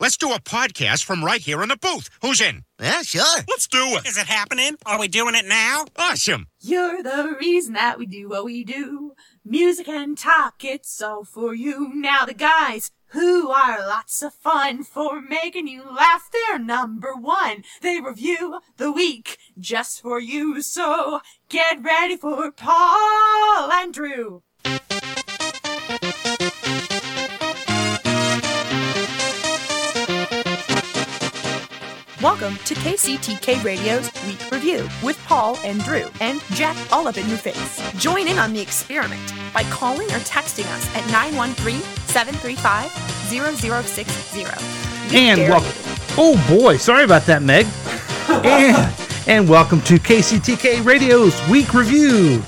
Let's do a podcast from right here in the booth. Who's in? Yeah, sure. Let's do it. Is it happening? Are we doing it now? Awesome. You're the reason that we do what we do. Music and talk, it's all for you. Now the guys who are lots of fun for making you laugh, they're number one. They review the week just for you. So get ready for Paul and Drew. Welcome to KCTK Radio's Week Review with Paul and Drew and Jack all up in your face. Join in on the experiment by calling or texting us at 913 735 0060. And welcome. Oh boy, sorry about that, Meg. and, and welcome to KCTK Radio's Week Review.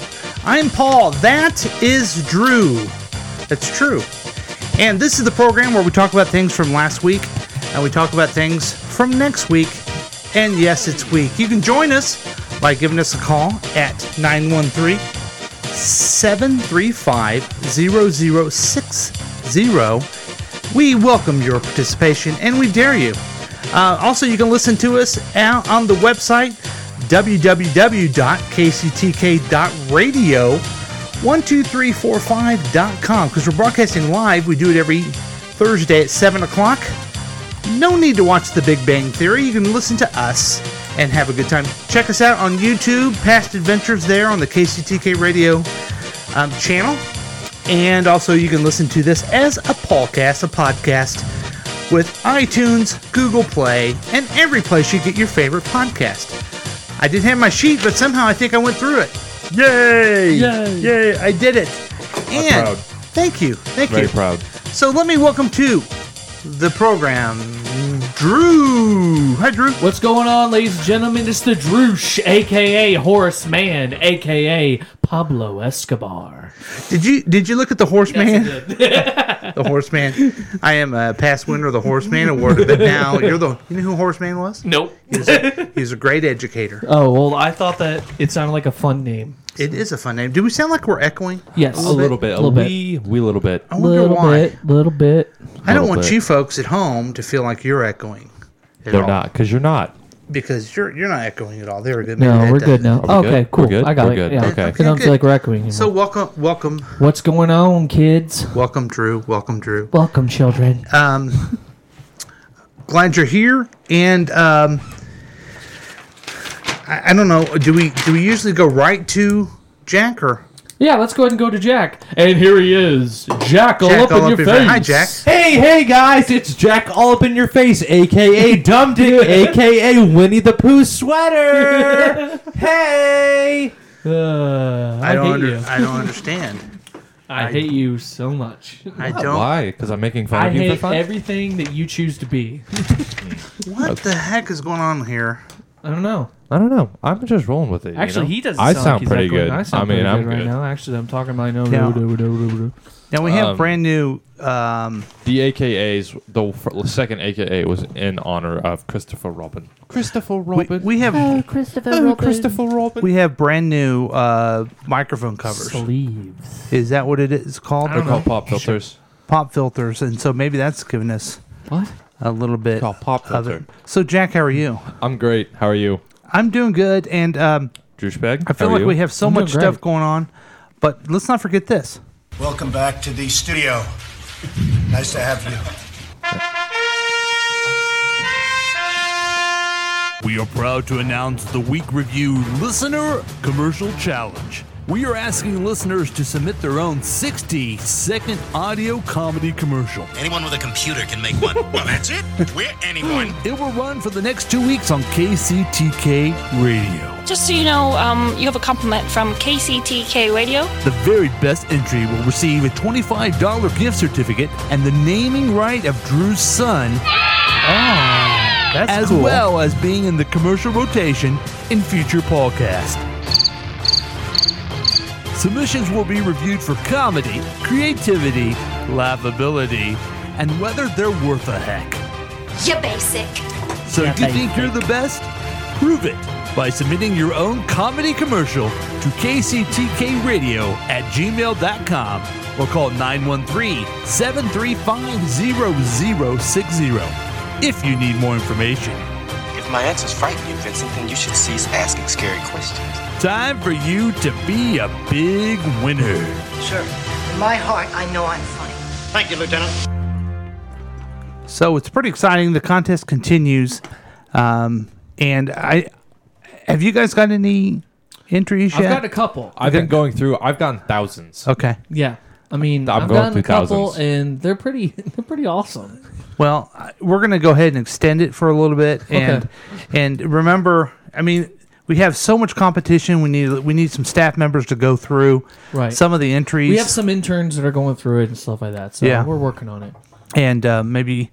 I'm Paul. That is Drew. That's true. And this is the program where we talk about things from last week and we talk about things from next week. And yes, it's week. You can join us by giving us a call at 913 735 0060. We welcome your participation and we dare you. Uh, also, you can listen to us out on the website www.kctk.radio 12345.com because we're broadcasting live. We do it every Thursday at 7 o'clock. No need to watch The Big Bang Theory. You can listen to us and have a good time. Check us out on YouTube, past adventures there on the KCTK Radio um, channel. And also, you can listen to this as a podcast, a podcast with iTunes, Google Play, and every place you get your favorite podcast. I did have my sheet, but somehow I think I went through it. Yay! Yay! Yay! I did it. And proud. thank you, thank Very you. proud. So let me welcome to the program, Drew. Hi, Drew. What's going on, ladies and gentlemen? It's the Droosh, aka Horace Man, aka Pablo Escobar. Did you did you look at the Horseman? the Horseman. I am a past winner of the Horseman Award, but now you're the. You know who Horseman was? Nope. He's a great educator. oh well, I thought that it sounded like a fun name. It is a fun name. Do we sound like we're echoing? Yes, A little bit, a little bit. wee, wee little bit. I wonder why. bit, little bit. I don't little want bit. you folks at home to feel like you're echoing. at They're all, not, because you're not. because you're you're not echoing at all. There we go. Maybe No, that we're does good it. now. Are we okay, good? cool. We're good? I got We're it. good. Yeah, Okay. I don't feel like record anymore. So welcome, welcome, what's going on, kids? welcome, Drew. Welcome, Drew. Welcome, children. um, glad you're here. And um, I, I don't know. Do we do we usually go right to Jack or yeah, let's go ahead and go to Jack. And here he is, Jack, all Jack up in your face. Hi, Jack. Hey, hey, guys, it's Jack all up in your face, aka Dum Dick, aka Winnie the Pooh sweater. hey. Uh, I, I don't. hate under- you. I don't understand. I, hate you so much. I don't. Why? Because I'm making fun I of you for hate fun. everything that you choose to be. What the heck is going on here? I don't know. I don't know. I'm just rolling with it. you Actually, know? he doesn't. I sound, sound like he's pretty echoing. good. I sound mean, pretty I'm good right good. now. Actually, I'm talking like no, Yeah. no, no, no, no, no. Now we have Um, brand new. Um, The AKA's, the f- second AKA was in honor of Christopher Robin. Christopher we, Robin. we have Christopher Oh, Christopher Robin. we have brand new uh, microphone covers. Sleeves. Is that what it is called? They're called pop filters. Pop filters, and so maybe that's giving us What? a little bit Called pop of filter. it. So, Jack, how are you? I'm great. How are you? I'm doing good, and um, Douchebag? I feel like we have so I'm doing much stuff great. going on, but let's not forget this. Welcome back to the studio. Nice to have you. We are proud to announce the Week Review Listener Commercial Challenge. We are asking listeners to submit their own 60 second audio comedy commercial. Anyone with a computer can make one. Well, that's it. We're anyone. It will run for the next two weeks on KCTK Radio. Just so you know, um, you have a compliment from KCTK Radio. The very best entry will receive a $25 gift certificate and the naming right of Drew's son, Oh, That's as cool. well as being in the commercial rotation in future podcasts. Submissions will be reviewed for comedy, creativity, laughability, and whether they're worth a heck. You're basic. So if you think you're the best, prove it by submitting your own comedy commercial to kctkradio at gmail.com or call 913-735-0060 if you need more information. If my answers frighten you, Vincent, then you should cease asking scary questions. Time for you to be a big winner. Sure. In my heart, I know I'm funny. Thank you, Lieutenant. So it's pretty exciting. The contest continues, um, and I have you guys got any entries I've yet? got a couple. I've been going through. I've gotten thousands. Okay. Yeah. I mean, I'm I've going gotten through a couple, thousands. and they're pretty. They're pretty awesome. Well, I- we're going to go ahead and extend it for a little bit, Okay. and and remember, I mean, we have so much competition. We need we need some staff members to go through Right. some of the entries. We have some interns that are going through it and stuff like that. So Yeah. we're working on it. and uh, maybe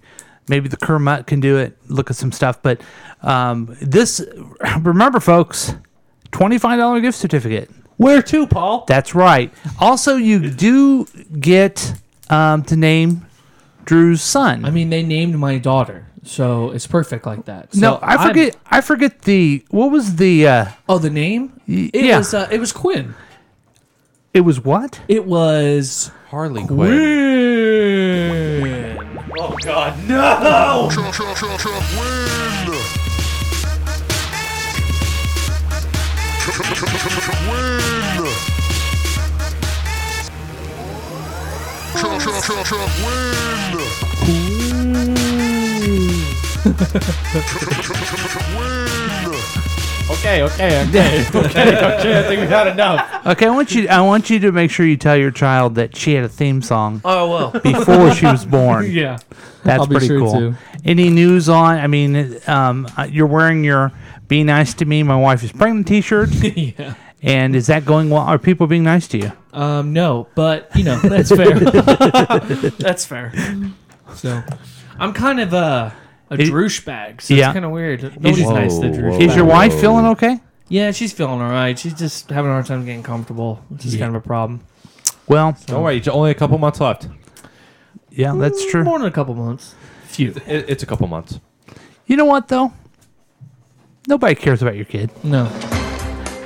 maybe the Kermit can do it. Look at some stuff, but um, this remember, folks, twenty five dollar gift certificate. Where to, Paul? That's right. Also, you do get um, to name Drew's son. I mean, they named my daughter, so it's perfect like that. no, So I I'm- forget. I forget the what was the uh, oh the name. It It yeah, was. Uh, it was Quinn. it was what? It was Harley Quinn. Oh God, no! Okay, okay, okay, okay, okay. I think we had enough. Okay, I want you. I want you to make sure you tell your child that she had a theme song. Oh, well. before she was born. Yeah. that's I'll be pretty sure cool. to. Any news on? I mean, um, uh, you're wearing your "Be Nice to Me, My Wife Is Pregnant" T-shirt. yeah. And is that going well? Are people being nice to you? Um, no, but you know that's fair. that's fair. So, I'm kind of a a It- droosh bag, so yeah. it's kind of weird. Nobody's Is- nice to droosh. Is your bag. wife feeling okay? Yeah, she's feeling all right. She's just having a hard time getting comfortable, which is Yeah. kind of a problem. Well, Don't worry, it's only a couple months left. Yeah, that's true. More than a couple months. Few. It, it's a couple months. You know what though? Nobody cares about your kid. No.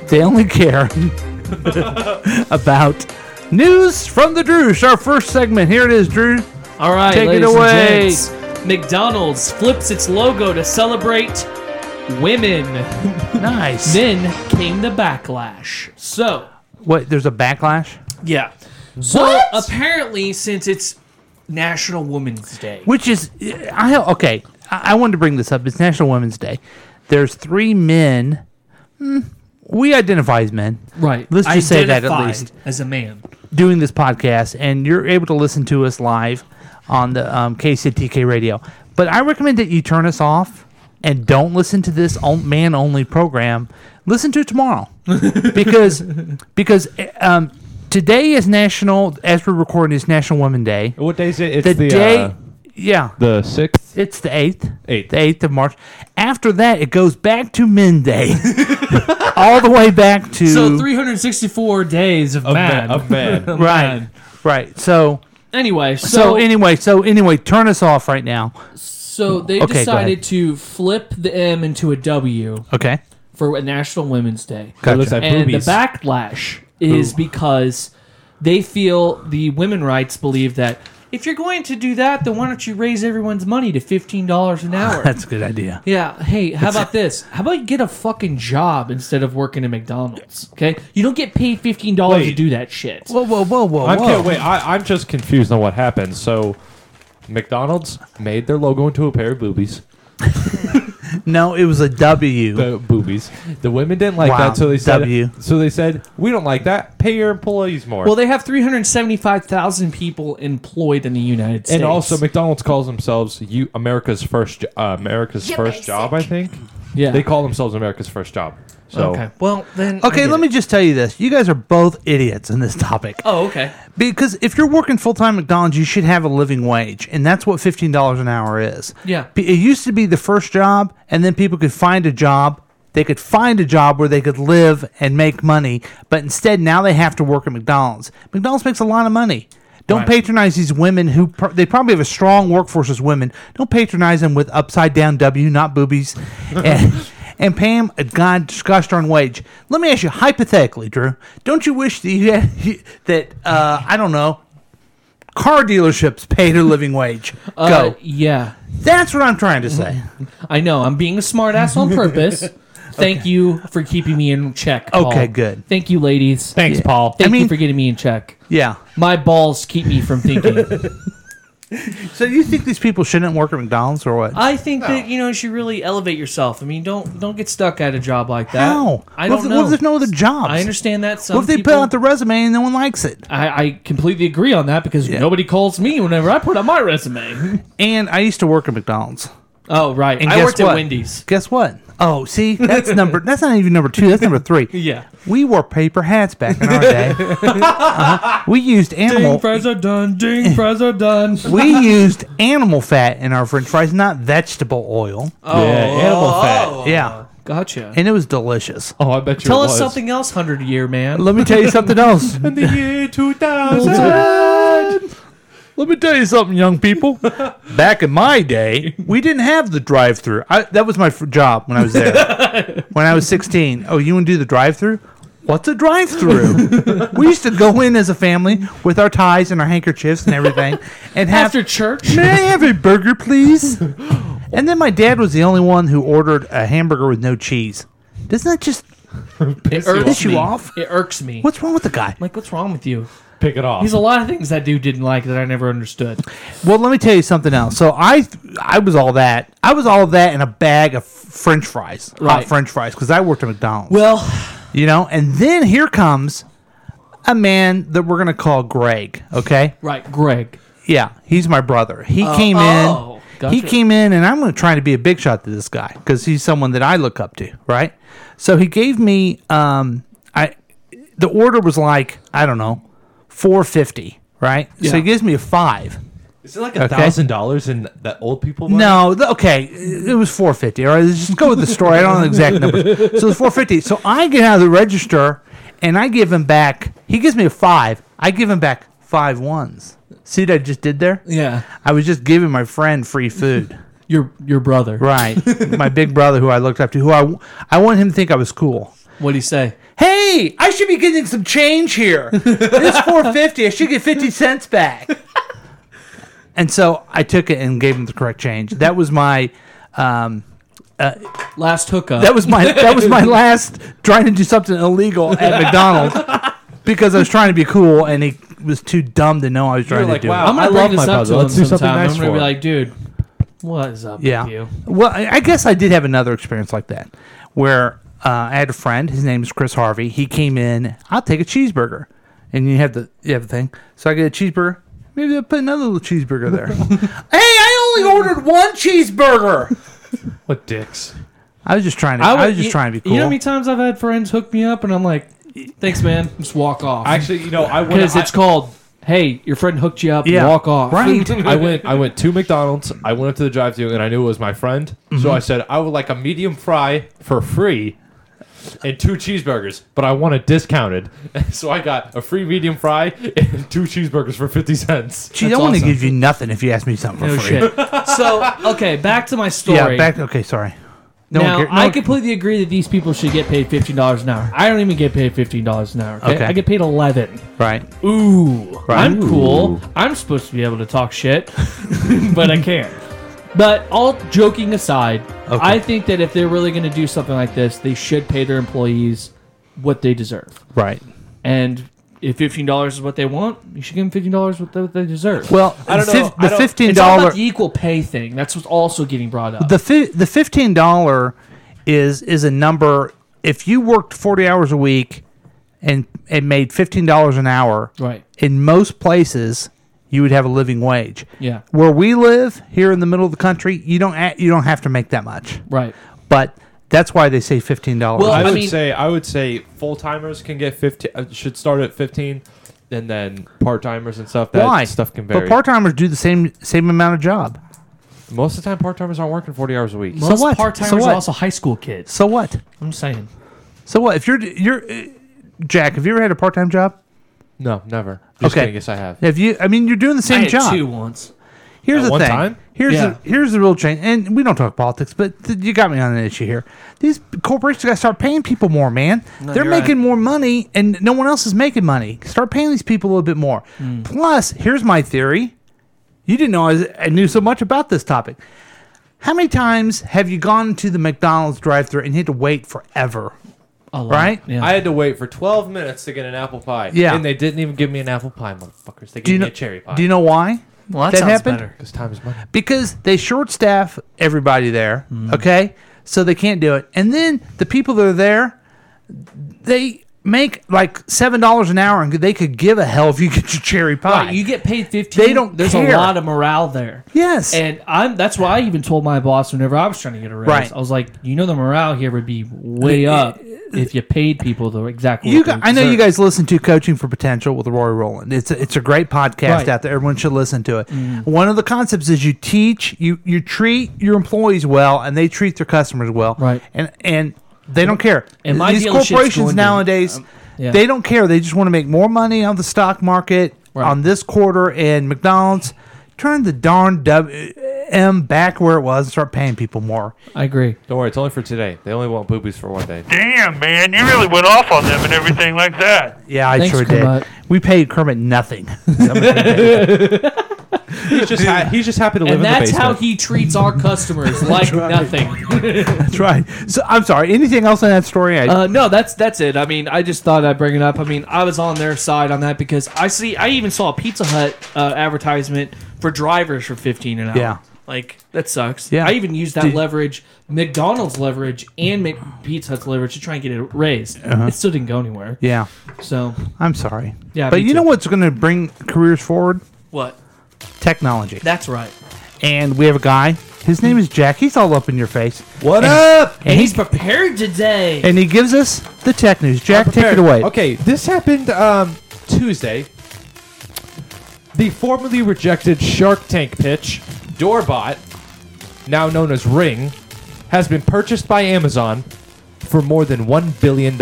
They only care about news from the Droosh. Our first segment. Here it is, Drew. All right, Take it ladies and away. gents, McDonald's flips its logo to celebrate women. Nice. then came the backlash. So, What? There's a backlash. yeah. So apparently, since it's National Women's Day, Which is, I okay. I, I wanted to bring this up. It's National Women's Day. There's three men. Hmm, we identify as men, right? Let's just say that at identified least as a man. doing this podcast, and you're able to listen to us live on the um, KCTK radio. But I recommend that you turn us off and don't listen to this man only program. Listen to it tomorrow because because eh, um, today is National as we're recording is National Women's Day. What day is it? It's the, the, day. uh, yeah, The sixth. it's the eighth. Eighth. The eighth of March. After that, it goes back to Men Day, all the way back to So 364 days of, man. of man. Of right, man. right. So Anyway, so, so anyway, so anyway, turn us off right now. So they Okay, go decided to flip the M into a W Okay. for a National Women's Day. Gotcha. It looks like and the boobies. backlash is because they feel the women rights believe that if you're going to do that, then why don't you raise everyone's money to fifteen dollars an hour? That's a good idea. Yeah. Hey, how about this? How about you get a fucking job instead of working at McDonald's? Okay, you don't get paid fifteen dollars to Wait. do that shit. Whoa, whoa, whoa, whoa, I'm ca- wait, I, I'm just confused on what happened. So, McDonald's made their logo into a pair of boobies. No, it was a W. The boobies. The women didn't like Wow, that, so they said. W. So they said, "We don't like that. Pay your employees more." Well, they have three hundred seventy-five thousand people employed in the United States, and also McDonald's calls themselves you America's first jo- uh, America's You're first basic. job. I think. Yeah. They call themselves America's first job. So. Okay. Well, then. I Okay, get let me just tell you this: you guys are both idiots on this topic. Oh, okay. Because if you're working full time McDonald's, you should have a living wage, and that's what fifteen dollars an hour is. Yeah. P- It used to be the first job, and then people could find a job they could find a job where they could live and make money, but instead now they have to work at McDonald's. McDonald's makes a lot of money. Don't Right. patronize these women who pr- they probably have a strong workforce as women. Don't patronize them with upside down W, not boobies, and, and pay them a god gosh darn wage. Let me ask you hypothetically, Drew. Don't you wish that you had, that uh, I don't know car dealerships paid a living wage? Go. Uh, yeah. That's what I'm trying to say. I know. I'm being a smartass on purpose. Thank you for keeping me in check. Paul. Okay, good. Thank you, ladies. Thanks, Yeah. Paul. Thank I you mean- for getting me in check. Yeah. My balls keep me from thinking. So you think these people shouldn't work at McDonald's or what? I think that you know you should really elevate yourself. I mean, don't don't get stuck at a job like that. How? I What if don't the- know. What if there's no other jobs? I understand that. Some what if they people, put out the resume and no one likes it? I, I completely agree on that because nobody calls me whenever I put out my resume. And I used to work at McDonald's. Oh right, And I guess worked what? at Wendy's. Guess what? Oh, see, that's number. That's not even number two. That's number three. Yeah. We wore paper hats back in our day. Uh-huh. We used Ding animal. fries are done. Ding fries are done. we used animal fat in our French fries, not vegetable oil. Oh. Yeah, animal Oh. fat. Yeah, gotcha. and it was delicious. Oh, I bet Tell us something else, hundred year man. Let me tell you something else. In the year two Let me tell you something, young people. Back in my day, we didn't have the drive-through. I, that was my f- job when I was there. when I was 16. Oh, you want to do the drive-through? What's a drive-through? we used to go in as a family with our ties and our handkerchiefs and everything, and have after church. May I have a burger, please? and then my dad was the only one who ordered a hamburger with no cheese. Doesn't that just It irks piss me. you off? It irks me. What's wrong with the guy? Like, what's wrong with you? Pick it off. There's a lot of things that dude didn't like that I never understood. Well, let me tell you something else. So I, I was all that. I was all that in a bag of French fries, Right. hot French fries, because I worked at McDonald's. Well, you know, and then here comes a man that we're gonna call Greg. Okay, right, Greg. yeah, he's my brother. He Oh, came in. oh, He gotcha. came in, and I'm going to try to be a big shot to this guy because he's someone that I look up to, right? So he gave me, um, I, the order was like I don't know, four fifty, right? So Yeah. he gives me a five. Is it like a Okay. thousand dollars in that old people? Money? No, th- okay, it was four fifty. All right, let's just go with the story. I don't know the exact number. So it's four fifty. So I get out of the register and I give him back. He gives me a five. I give him back five ones. See what I just did there? Yeah. I was just giving my friend free food. Your your brother. right, my big brother who I looked up to, who I w- I wanted him to think I was cool. What'd he say? Hey, I should be getting some change here. It's four fifty. I should get fifty cents back. And so I took it and gave him the correct change. That was my, um, uh, Last hookup. that was my that was my last trying to do something illegal at McDonald's because I was trying to be cool and he was too dumb to know I was trying like, to do. "Wow, it. I'm I gonna bring love this my up brother. to Let's him do something sometime. nice I'm gonna for be him. like, dude, what is up Yeah. with you? Well, I I guess I did have another experience like that where uh, I had a friend. His name is Chris Harvey. He came in. I'll take a cheeseburger, and you have the you have the thing. So I get a cheeseburger. Maybe I'll put another little cheeseburger there. hey, I only ordered one cheeseburger. What dicks? I was just trying to. I, was just you- trying to be cool. You know how many times I've had friends hook me up and I'm like, thanks, man. Just walk off. Actually, you know, I went. Because it's called, hey, your friend hooked you up. Yeah. Walk off. Right. I went. I went to McDonald's. I went up to the drive-thru, and I knew it was my friend. So I said, "I would like a medium fry for free, and two cheeseburgers, but I want it discounted." so I got a free medium fry and two cheeseburgers for fifty cents. Gee, I That's want to awesome. give you nothing if you ask me something for No free. shit. So okay, back to my story. Yeah, back. Okay, sorry. No now, one cares. No I one- completely agree that these people should get paid fifteen dollars an hour. I don't even get paid fifteen dollars an hour. Okay? Okay. I get paid eleven. right. Ooh, Right. I'm cool. I'm supposed to be able to talk shit, but I can't. But all joking aside, I think that if they're really going to do something like this, they should pay their employees what they deserve. Right. And if fifteen dollars is what they want, you should give them fifteen dollars what they, what they deserve. Well, I don't the know. fif- I the don't- fifteen it's all dollar about the equal pay thing. That's what's also getting brought up. the fi- the fifteen dollar is is a number. If you worked forty hours a week and and made fifteen dollars an hour, right. in most places you would have a living wage. Yeah. Where we live here in the middle of the country, you don't a- you don't have to make that much. Right. But that's why they say fifteen dollars. Well, I, I would mean- say I would say full timers can get fifteen. uh, Should start at fifteen, and then part timers and stuff. That why stuff can vary. But part timers do the same same amount of job. Most of the time, part timers aren't working 40 hours a week. Most part timers are also high school kids. So what? I'm saying. So what? If you're you're uh, Jack, have you ever had a part time job? No, never. Just okay. kidding, yes, I have. Have you? I mean, you're doing the same I had job. two once. Here's At the one thing. time? Here's Yeah. the, here's the real change. And we don't talk politics, but th- you got me on an issue here. These corporations got to start paying people more, man. No, They're you're making right. more money, and no one else is making money. Start paying these people a little bit more. Mm. Plus, here's my theory. You didn't know I, was, I knew so much about this topic. How many times have you gone to the McDonald's drive-thru and you had to wait forever? A lot. Right? Yeah. I had to wait for 12 minutes to get an apple pie. Yeah. And they didn't even give me an apple pie, motherfuckers. They Do gave you me know? a cherry pie. Do you know why? Well, that, sounds better. Because time is money. because they short staff everybody there. Mm. Okay, so they can't do it, and then the people that are there, they make like seven dollars an hour, and they could give a hell if you get your cherry pie. Right, you get paid fifteen. They don't There's care. a lot of morale there. yes, And I'm that's why I even told my boss whenever I was trying to get a raise, Right. I was like, you know, the morale here would be way up if you paid people the exactly. you what they guys, I know you deserve. guys listen to Coaching for Potential with Roy Roland. It's a, it's a great podcast Right. Mm-hmm. out there. Everyone should listen to it. One of the concepts is you teach you you treat your employees well, and they treat their customers well. Right. and and they don't care. And my These dealership's going corporations to- um, nowadays, yeah. they don't care. They just want to make more money on the stock market Right. on this quarter and McDonald's. Turn the darn W M back where it was and start paying people more. I agree. Don't worry, it's only for today. They only want boobies for one day. Damn, man, you really went off on them and everything like that. Yeah, I Thanks, sure Kermit. did. We paid Kermit nothing. He's just, ha- he's just happy to live And in the that's basement. how he treats our customers like nothing. That's right. So I'm sorry. Anything else in that story? I, Uh, no, that's that's it. I mean, I just thought I'd bring it up. I mean, I was on their side on that because I see I even saw a Pizza Hut uh, advertisement for drivers for fifteen an hour. Yeah. like that sucks. Yeah. I even used that Did- leverage, McDonald's leverage, and Mc- Pizza Hut's leverage to try and get it raised. It still didn't go anywhere. yeah, So I'm sorry. Yeah, but me you know what's going to bring careers forward? what? Technology. That's right. and we have a guy. His name is Jack. He's all up in your face. What and, up? And And he's he's prepared today. and he gives us the tech news. Jack, take it prepared. away. Okay, this happened um, Tuesday. The formerly rejected Shark Tank pitch, Doorbot, now known as Ring, has been purchased by Amazon for more than $1 billion.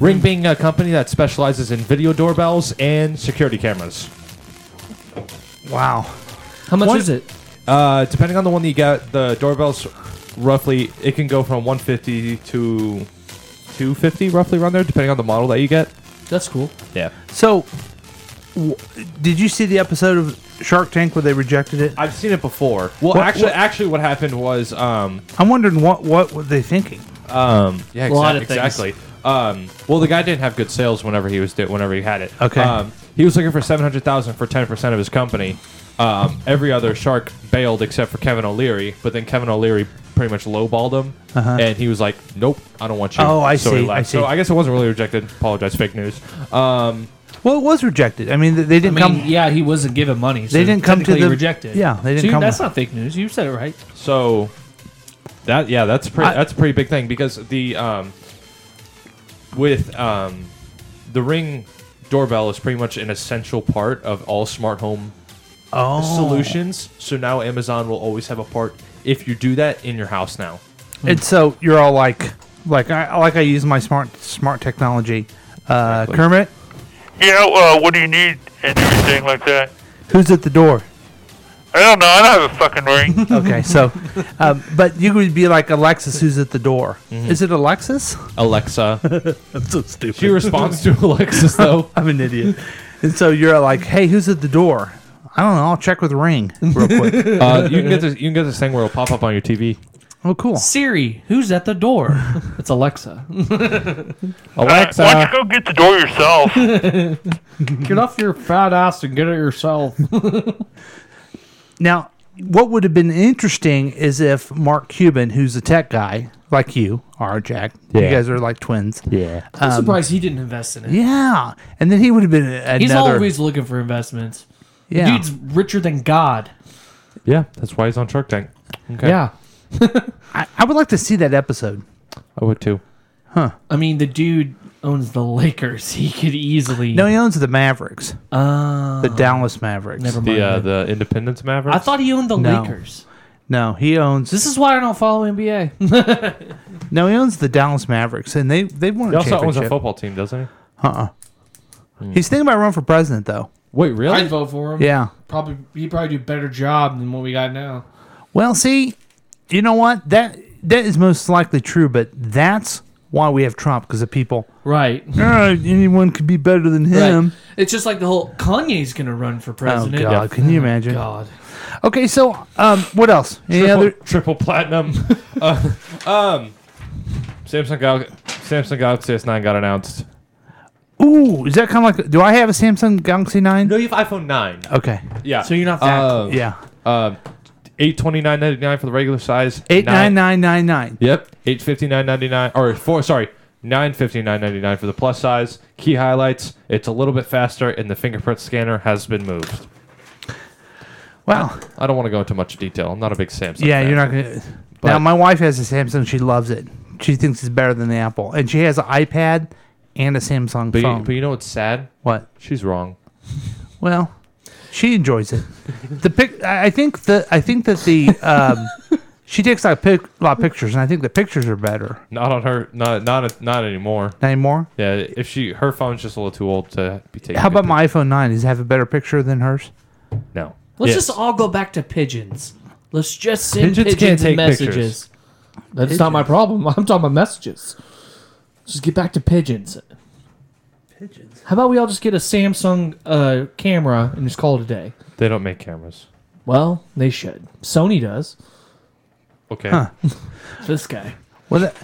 Ring being a company that specializes in video doorbells and security cameras. Wow. How much One- is it? Uh, depending on the one that you got, the doorbells roughly it can go from 150 to 250 roughly around there depending on the model that you get That's cool. yeah So, w- did you see the episode of Shark Tank where they rejected it? I've seen it before. Well, What- actually, what- actually, what happened was, um, I'm wondering what what were they thinking. um, yeah, A lot exac- of things. exactly. Um, well, the guy didn't have good sales whenever he was do- whenever he had it. Okay. Um, he was looking for seven hundred thousand for ten percent of his company. Um, every other shark bailed except for Kevin O'Leary, but then Kevin O'Leary pretty much lowballed him, and he was like, "Nope, I don't want you." Uh-huh. Oh, I so he see, left. I see. So I guess it wasn't really rejected. Apologize, fake news. Um, Well, it was rejected. I mean, th- they I didn't mean, come. yeah, he wasn't given money. So They didn't come to technically the- rejected. yeah, they didn't So you- come- That's not fake news. You said it right. So that yeah, that's pretty I- that's a pretty big thing because the um with um the ring doorbell is pretty much an essential part of all smart home Oh, solutions. So now Amazon will always have a part if you do that in your house now. And so you're all like, like I like I use my smart smart technology. Uh, Kermit, Yeah, uh, what do you need and everything like that? who's at the door? I don't know. I don't have a fucking ring. Okay, so, um, but you would be like Alexis, who's at the door? Is it Alexis? Alexa. I'm so stupid. she responds to Alexis though. I'm an idiot. And so you're like, hey, who's at the door? I don't know. I'll check with Ring real quick. Uh, you can get this you can get this thing where it'll pop up on your TV. oh, cool. Siri, who's at the door? it's Alexa. Uh, why don't Alexa you go get the door yourself? Get off your fat ass and get it yourself. Now, what would have been interesting is if Mark Cuban, who's a tech guy, like you are, Jack. You Yeah. guys are like twins. Yeah. I'm surprised he didn't invest in it. Um, Yeah. And then he would have been another. He's always looking for investments. yeah. Dude's richer than God. Yeah, that's why he's on Shark Tank. Okay. Yeah. I, I would like to see that episode. I would too. Huh. I mean, the dude owns the Lakers. He could easily. No, he owns the Mavericks. Oh. The Dallas Mavericks. Never mind. The uh, the Independence Mavericks. I thought he owned the No. Lakers. No, he owns. This is why I don't follow NBA. No, he owns the Dallas Mavericks, and they they won He a also owns championship. a football team, doesn't he? Uh-uh. He's thinking about running for president, though. Wait, really? I'd vote for him. Yeah. Probably he probably do a better job than what we got now. Well, see, you know what? That that is most likely true, but that's why we have Trump because of people. Right. "Oh, anyone could be better than him. Right. It's just like the whole Kanye's gonna run for president. Oh God! Can you Oh, imagine? God. Okay, so um, what else? Any triple, other? triple platinum. uh, um, Samsung Gal- Samsung Galaxy S9 got announced. Ooh, is that kind of like? Do I have a Samsung Galaxy Nine? No, you have iPhone nine. Okay. Yeah. So you're not that Um, Yeah. Um, eight twenty nine ninety nine for the regular size. Eight nine nine nine nine. Yep. Eight fifty nine ninety nine or four. Sorry. Nine fifty nine ninety nine for the plus size. Key highlights: It's a little bit faster, and the fingerprint scanner has been moved. Wow. I don't want to go into much detail. I'm not a big Samsung. yeah, fan. you're not gonna. But- now, my wife has a Samsung. She loves it. She thinks it's better than the Apple, and she has an iPad and a Samsung But you, phone. but you know what's sad? What? She's wrong. well, she enjoys it. the pic. I I think the. I think that the. Um, she takes a lot, of pic, a lot of pictures, and I think the pictures are better. Not on her. Not not not anymore. Not anymore. Yeah, if she her phone's just a little too old to be taken. How about my iPhone nine? Does it have a better picture than hers? no? Let's Yes. just all go back to pigeons. Let's just send Pigeons pigeons, can't take pictures. messages. That's not my problem. I'm talking about messages. Let's just get back to pigeons. Pigeons. How about we all just get a Samsung uh, camera and just call it a day? They don't make cameras. Well, they should. Sony does. Okay. This guy. Well, that,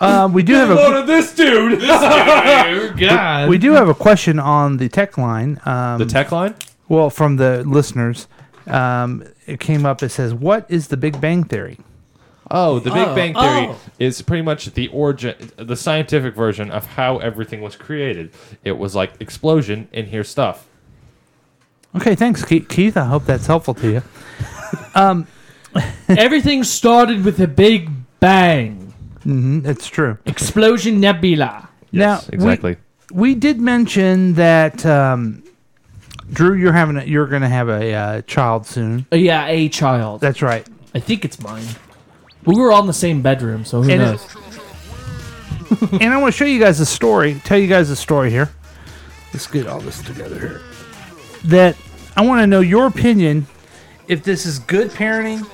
uh, we do have a. of this dude. God. We do have a question on the tech line. Um, the tech line. Well, from the listeners, um, it came up. It says, "What is the Big Bang Theory?" Oh, the Big Oh, Bang Theory oh. is pretty much the origin, the scientific version of how everything was created. It was like explosion, and here's stuff. Okay, thanks, Ke- Keith. I hope that's helpful to you. Everything started with a big bang. hmm it's true. Explosion nebula. Yes, now, exactly. We, we did mention that um, Drew, you're having, a, you're going to have a uh, child soon. Uh, yeah, a child. That's right. I think it's mine. We were all in the same bedroom, so who And- knows? and I want to show you guys a story. Tell you guys a story here. Let's get all this together here. That I want to know your opinion if this is good parenting,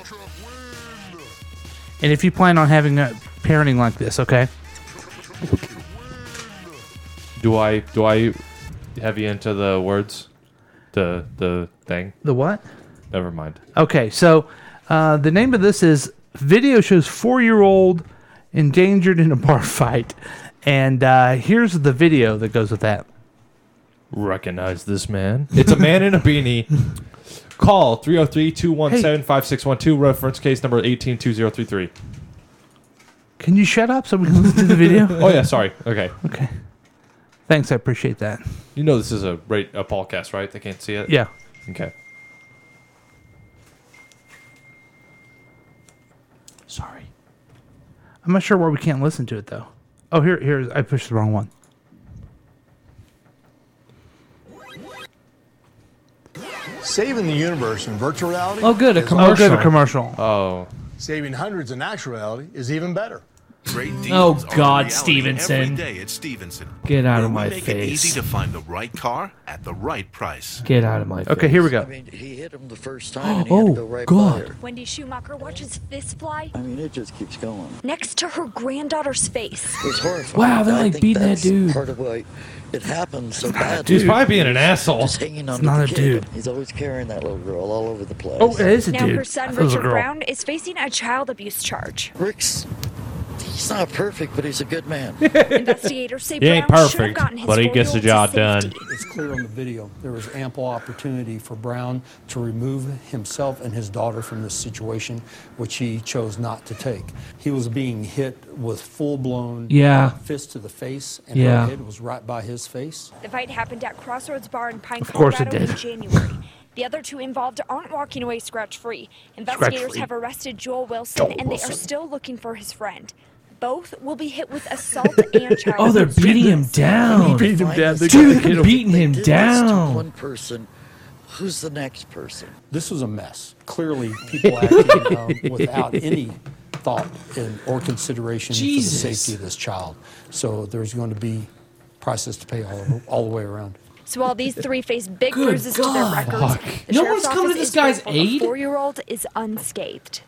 and if you plan on having a parenting like this. Okay. Do I do I have you into the words, the the thing? The what? Never mind. Okay. So uh, the name of this is video shows four year old endangered in a bar fight, and uh, here's the video that goes with that. Recognize this man. It's a man in a beanie. Call 303 217 5612, reference case number 182033. Can you shut up so we can listen to the video? Oh, yeah, sorry. Okay. Okay. Thanks. I appreciate that. You know this is a, right, a podcast, right? They can't see it? Yeah. Okay. Sorry. I'm not sure why we can't listen to it though. Oh, here, here, I pushed the wrong one. Saving the universe in virtual reality. Oh, good, a is- commercial. Oh, good, a commercial. Oh. Saving hundreds in actual reality is even better. Great Oh, deals are God, reality Stevenson. Every day at Stevenson. Get out of Where my we make it face. easy to find the right car at the right price. Get out of my Okay, here we go. I mean, he hit him the first time and he had to Oh, go right by God. her. Wendy Schumacher watches this fly I mean, it just keeps going. next to her granddaughter's face. It was horrifying. Wow, they're I like think beating that that's dude. Part of why it happened so bad. He's probably being an asshole. Just hanging on to not the a kid. dude. He's always carrying that little girl all over the place. Oh, it is a Now dude. her son I thought it was a Richard girl. Brown is facing a child abuse charge. Rick's. He's not perfect, but he's a good man. Investigators say He ain't Brown should have perfect, gotten his but he gets the four-year-old to job safety. It's clear on the video there was ample opportunity for Brown to remove himself and his daughter from this situation, which he chose not to take. He was being hit with full blown Yeah. fist to the face, and Yeah. her head was right by his face. The fight happened at Crossroads Bar in Pine, Of course it Colorado in did. January. The other two involved aren't walking away scratch free. Investigators Scratch-free. have arrested Joel Wilson Joel and they Wilson. are still looking for his friend. both will be hit with assault and child Oh, they're abuse. beating him down. They beat him down. They got Dude, the kid they're over- beating him They did this to down. One person. Who's the next person? This was a mess. Clearly, people acted um, without any thought and, or consideration Jesus. for the safety of this child. So there's going to be prices to pay all, over, all the way around. So while these three face big Good bruises to their God. records, Fuck. the No one's sheriff's coming office to this is guy's grateful the aid? Four-year-old is unscathed.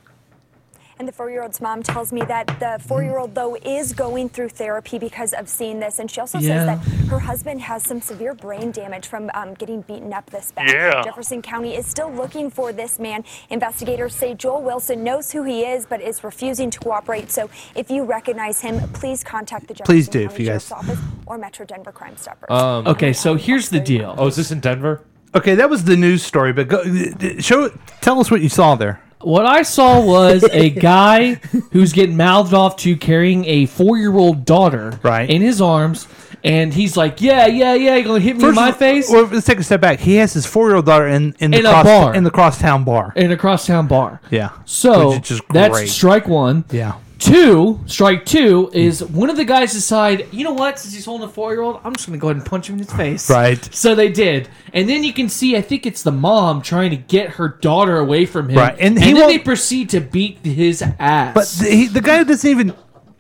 And the four-year-old's mom tells me that the four-year-old though is going through therapy because of seeing this, and she also Yeah. says that her husband has some severe brain damage from um, getting beaten up this bad. Yeah. Jefferson County is still looking for this man. Investigators say Joel Wilson knows who he is, but is refusing to cooperate. So if you recognize him, please contact the Jefferson Please do, if County you guys- Sheriff's Office or Metro Denver Crime Stoppers. Um, okay, so here's the deal. Oh, is this in Denver? Okay, that was the news story, but go, uh, d- d- show tell us what you saw there. What I saw was a guy who's getting mouthed off to carrying a four-year-old daughter right. in his arms, and he's like, "Yeah, yeah, yeah, you're gonna hit me in my of- face." Well, let's take a step back. He has his four-year-old daughter in in the In a cross, bar. in the crosstown bar. in a crosstown bar. Yeah. So Which is just great. that's strike one. Yeah. Two, strike two is one of the guys decide, you know what, since he's holding a four year old, I'm just gonna go ahead and punch him in his face. Right. So they did. And then you can see I think it's the mom trying to get her daughter away from him. Right, and he then won't- they proceed to beat his ass. But the, he, the guy who doesn't even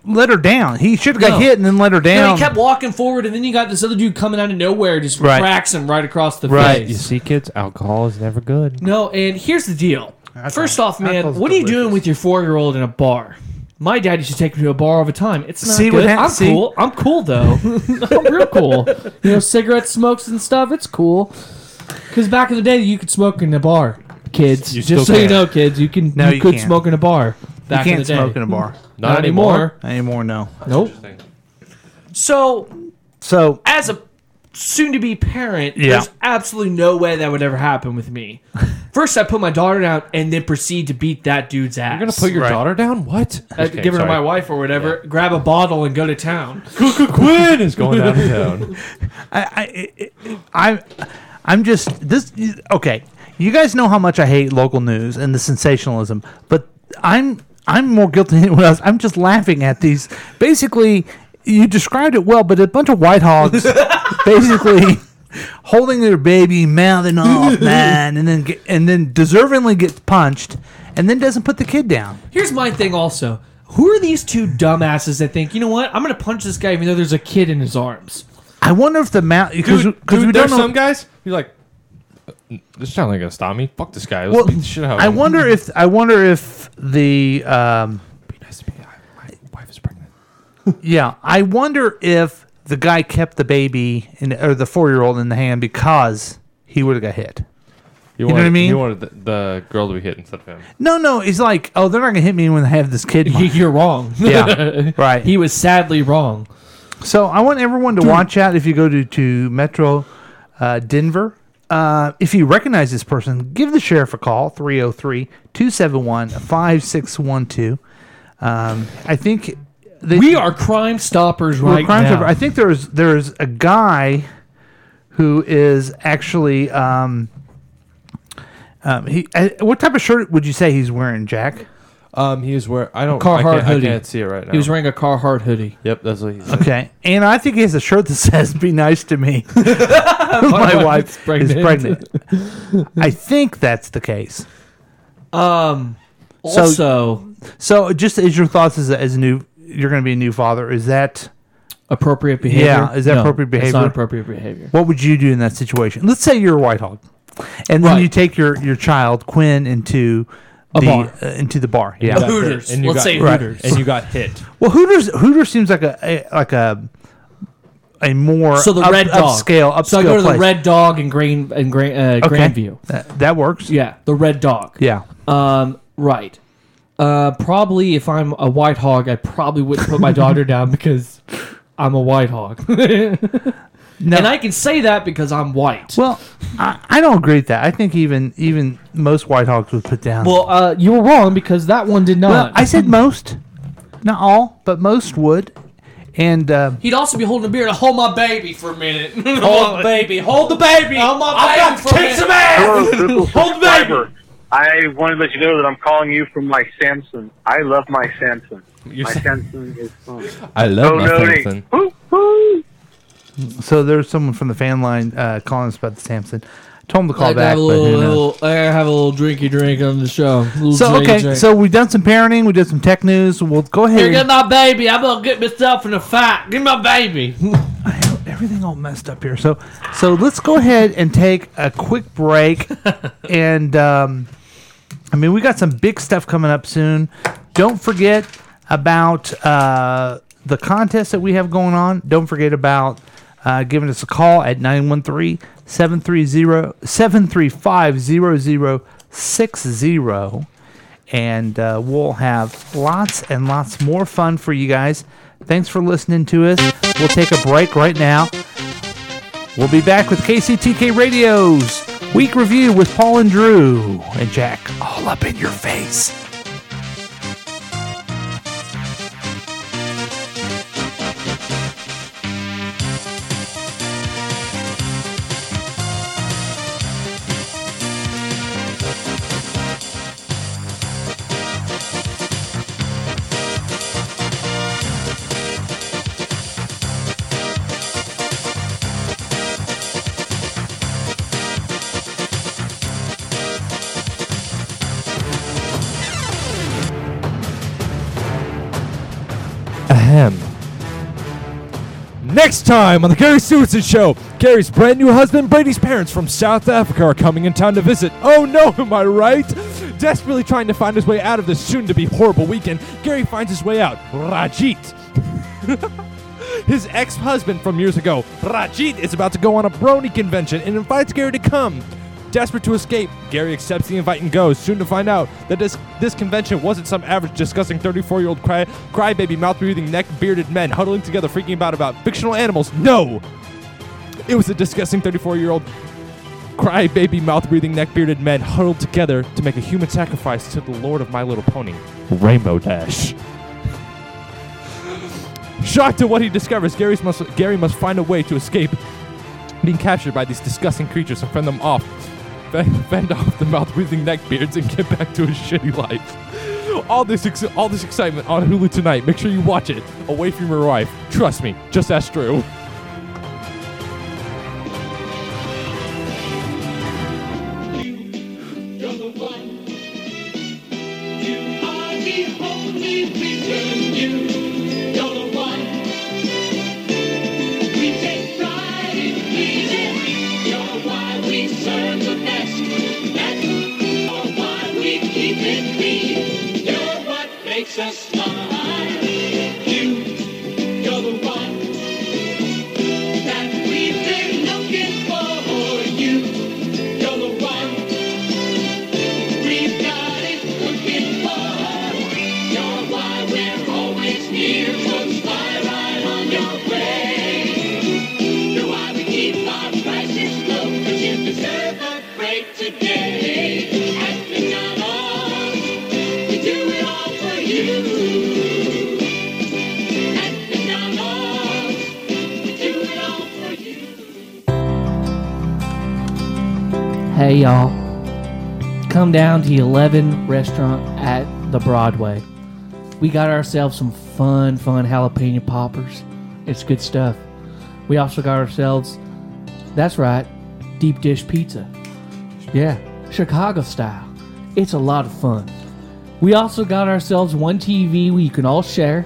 let her down. He should have No. got hit and then let her No, down. he kept walking forward, and then you got this other dude coming out of nowhere, just Right. cracks him right across the Right. You face. see, kids, alcohol is never good. No, and here's the deal. First off, man, Apple's what are you doing with your four year old in a bar? My dad used to take me to a bar all the time. It's not See what good. hap- I'm see? cool. I'm cool though. I'm real cool. You know, cigarette smokes and stuff. It's cool. Because back in the day, you could smoke in a bar, kids. You Just so still you can. know, kids, you can. No, you, you could can't. smoke in a bar. Back you can't in the day. Hmm. smoke in a bar. Not, anymore. Not anymore. No. Nope. So So as a soon to be parent, Yeah. there's absolutely no way that would ever happen with me. First, I put my daughter down and then proceed to beat that dude's ass. You're gonna put your daughter down? What? Uh, give her to my wife or whatever, grab a bottle and go to town. Quinn is going downtown. I, I, I, I'm just this. Okay, you guys know how much I hate local news and the sensationalism, but I'm I'm more guilty than anyone else. I'm just laughing at these. Basically, you described it well, but a bunch of white hogs, basically. Holding their baby, mouthing off, man, and then get, and then deservingly gets punched, and then doesn't put the kid down. Here's my thing also. Who are these two dumbasses that think, you know what, I'm going to punch this guy even though there's a kid in his arms? I wonder if the mouth because Dude, because dude, we don't there's know some guys. You're like, "Uh, this child ain't gonna stop me. Fuck this guy. Let's Well, beat the shit out of I him. wonder if I wonder if the um, yeah, I wonder if the guy kept the baby in, or the four year old in the hand because he would have got hit. You, know wanted- what I mean? You wanted the, the girl to be hit instead of him. no, no, he's like, oh, they're not gonna hit me when I have this kid. Mike. You're wrong. yeah, right. He was sadly wrong. So I want everyone to watch out if you go to to Metro uh, Denver. Uh, if you recognize this person, give the sheriff a call 303 271 5612. Um, I think they, We are crime stoppers Well, right Crime now. Stopper- I think there's there's a guy who is actually um, um he uh, what type of shirt would you say he's wearing, Jack? Um, he is wearing I don't I Carhartt can't, hoodie. I can't see it right now. He was wearing a Carhartt hoodie. Yep, that's what he's. Okay, and I think he has a shirt that says "Be nice to me." My wife is pregnant. I think that's the case. Um. So- Also, So, just as your thoughts as a, as a new, you're going to be a new father. Is that appropriate behavior? Yeah, is that No, appropriate behavior? It's not appropriate behavior. What would you do in that situation? Let's say you're a white hog, and then Right. you take your your child Quinn into A the bar. Uh, into the bar. Yeah, got Hooters. hit. And you Let's got- say Right. Hooters. and you got hit. Well, Hooters Hooters seems like a, a like a a more So the up- red dog upscale upscale So I go to place. the red dog and Green and Green uh, Okay. Grandview. That, that works. Yeah, the red dog. Yeah. Um. Right. Uh. Probably if I'm a white hog, I probably wouldn't put my daughter down because I'm a white hog. And I can say that because I'm white. Well, I, I don't agree with that. I think even even most white hogs would put down. Well, uh, you were wrong because that one did not. Well, I said most, not all, but most would, and. Uh, He'd also be holding a beer to hold my baby for a minute. Hold hold the baby. Hold the baby. Hold my I'm baby about to for a kick minute. some ass. Hold the baby. I wanted to let you know that I'm calling you from my Samson. I love my Samson. You're my saying- Samsung is fun. I love Oh, my no, Samsung. they- Woo, woo. So there's someone from the fan line uh, calling us about the Samson. Told him to call Like, I back, have a but little, who knows? little- I have a little drinky drink on the show. Little So drinky okay, drink. so we've done some parenting, we did some tech news. We'll go ahead. Here, get and- my baby. I'm gonna get myself in a fight. Get my baby. everything all messed up here. So, so let's go ahead and take a quick break. and um, I mean, we got some big stuff coming up soon. Don't forget about uh, the contest that we have going on. Don't forget about uh, giving us a call at 913 730 735 0060 and uh, we'll have lots and lots more fun for you guys. Thanks for listening to us. We'll take a break right now. We'll be back with KCTK Radio's week review with Paul and Drew and Jack all up in your face. Ahem. Next time on the Gary Stewartson Show, Gary's brand new husband, Brady's parents from South Africa are coming in town to visit. Oh no, am I right? Desperately trying to find his way out of this soon to be horrible weekend, Gary finds his way out. Rajit. His ex husband from years ago, Rajit, is about to go on a brony convention and invites Gary to come. Desperate to escape, Gary accepts the invite and goes, soon to find out that this, this convention wasn't some average disgusting 34 year old cry, crybaby, mouth breathing, neck bearded men huddling together, freaking out about fictional animals. No! It was a disgusting 34 year old crybaby, mouth breathing, neck bearded men huddled together to make a human sacrifice to the Lord of My Little Pony. Rainbow Dash. Shocked at what he discovers, Gary's must, Gary must find a way to escape being captured by these disgusting creatures and fend them off, fend, fend off the mouth-breathing neckbeards and get back to his shitty life. All this, ex- all this excitement on Hulu tonight. Make sure you watch it. Away from your wife. Trust me. Just ask Drew. Us smile. You, you're the one that we've been looking for. You, you're the one we've got it looking for. You're why we're always near, so spy right on your way. You're why we keep our prices low, 'cause you deserve a break today. At McDonald's, we do it all for you. At McDonald's, we do it all for you. Hey y'all, come down to Eleven Restaurant at the Broadway. We got ourselves some fun, fun jalapeno poppers. It's good stuff. We also got ourselves, that's right, deep dish pizza. Yeah, Chicago style. It's a lot of fun. We also got ourselves one TV we can all share,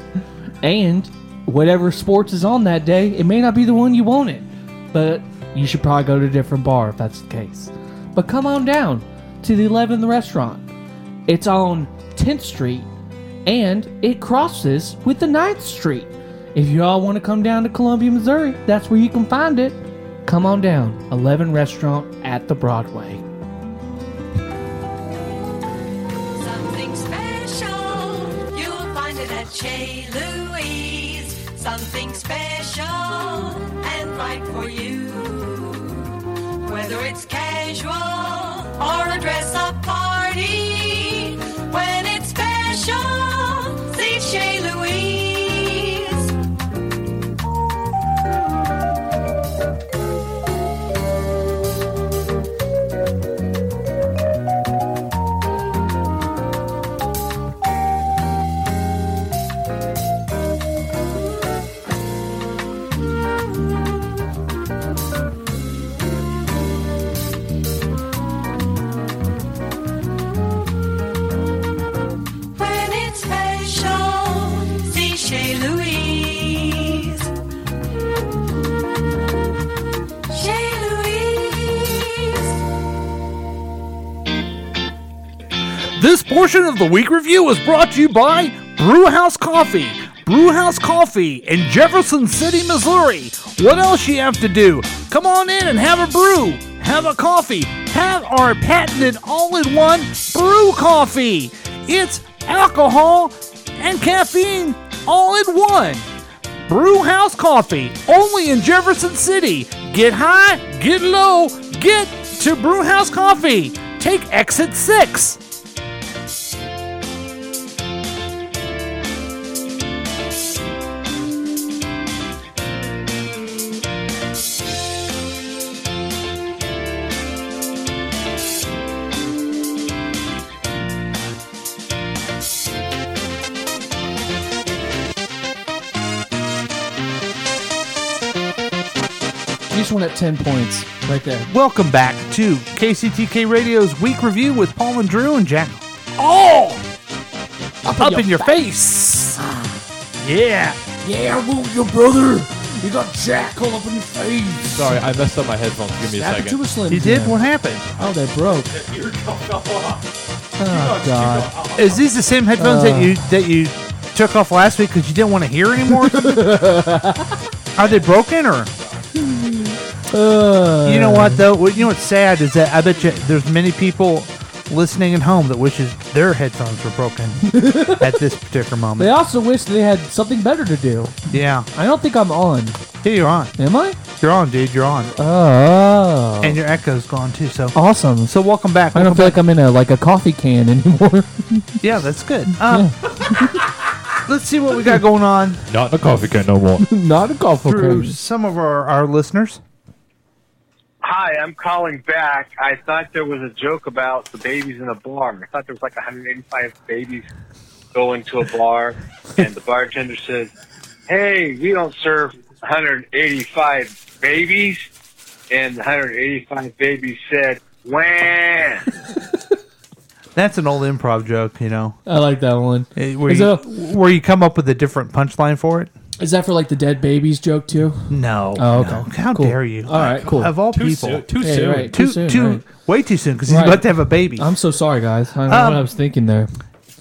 and whatever sports is on that day, it may not be the one you wanted, but you should probably go to a different bar if that's the case. But come on down to the 11th restaurant. It's on 10th Street, and it crosses with the 9th Street. If you all want to come down to Columbia, Missouri, that's where you can find it. Come on down, 11 Restaurant at the Broadway. Something special. You'll find it at Chez Louise. Something special and right for you. Whether it's casual or a dress up party, when it's special, see Chez Louise. This portion of the week review is brought to you by Brewhouse Coffee, Brewhouse Coffee in Jefferson City, Missouri. What else you have to do? Come on in and have a brew, have a coffee, have our patented all-in-one brew coffee. It's alcohol and caffeine all in one. Brewhouse Coffee, only in Jefferson City. Get high, get low, get to Brewhouse Coffee. Take exit six. You just went up 10 points right there. Welcome back to KCTK Radio's week review with Paul and Drew and Jack. Oh! Up, in, your face. Yeah. Yeah, I won't, your brother. You got Jack all up in your face. Sorry, I messed up my headphones. Give me a Snap it second. to a slim You did? What happened? Oh, they broke. Oh, God. Is these the same headphones that Uh. you that you took off last week because you didn't want to hear anymore? Are they broken or? Uh. you know what though? What- You know what's sad is that I bet you there's many people listening at home that wishes their headphones were broken at this particular They moment. also wish they had something better to do. Yeah. I don't think I'm on. Yeah, you're on. Am I? You're on, dude. You're on. Oh. And your echo's gone too. So awesome. So welcome back. Oh. I don't feel like I'm in a like a coffee can anymore. yeah, that's good. Um, let's see what we got going on. Not in a coffee can no more. Not a coffee through can. some of our, our listeners. Hi, I'm calling back. I thought there was a joke about the babies in a bar. I thought there was like 185 babies going to a bar, and the bartender says, "Hey, we don't serve 185 babies." And the 185 babies said, "Wah." That's an old improv joke, you know. I like that one. Eh, Where Uh, Is you, that- where you come up with a different punchline for it? Is that for like the dead babies joke too? No. Oh, okay. How Cool. dare you? All right, cool. Of all Yeah, people, you're right. Too, Too soon. too- right. way too soon because he's Right. about to have a baby. I'm so sorry, guys. I don't know Um, what I was thinking there.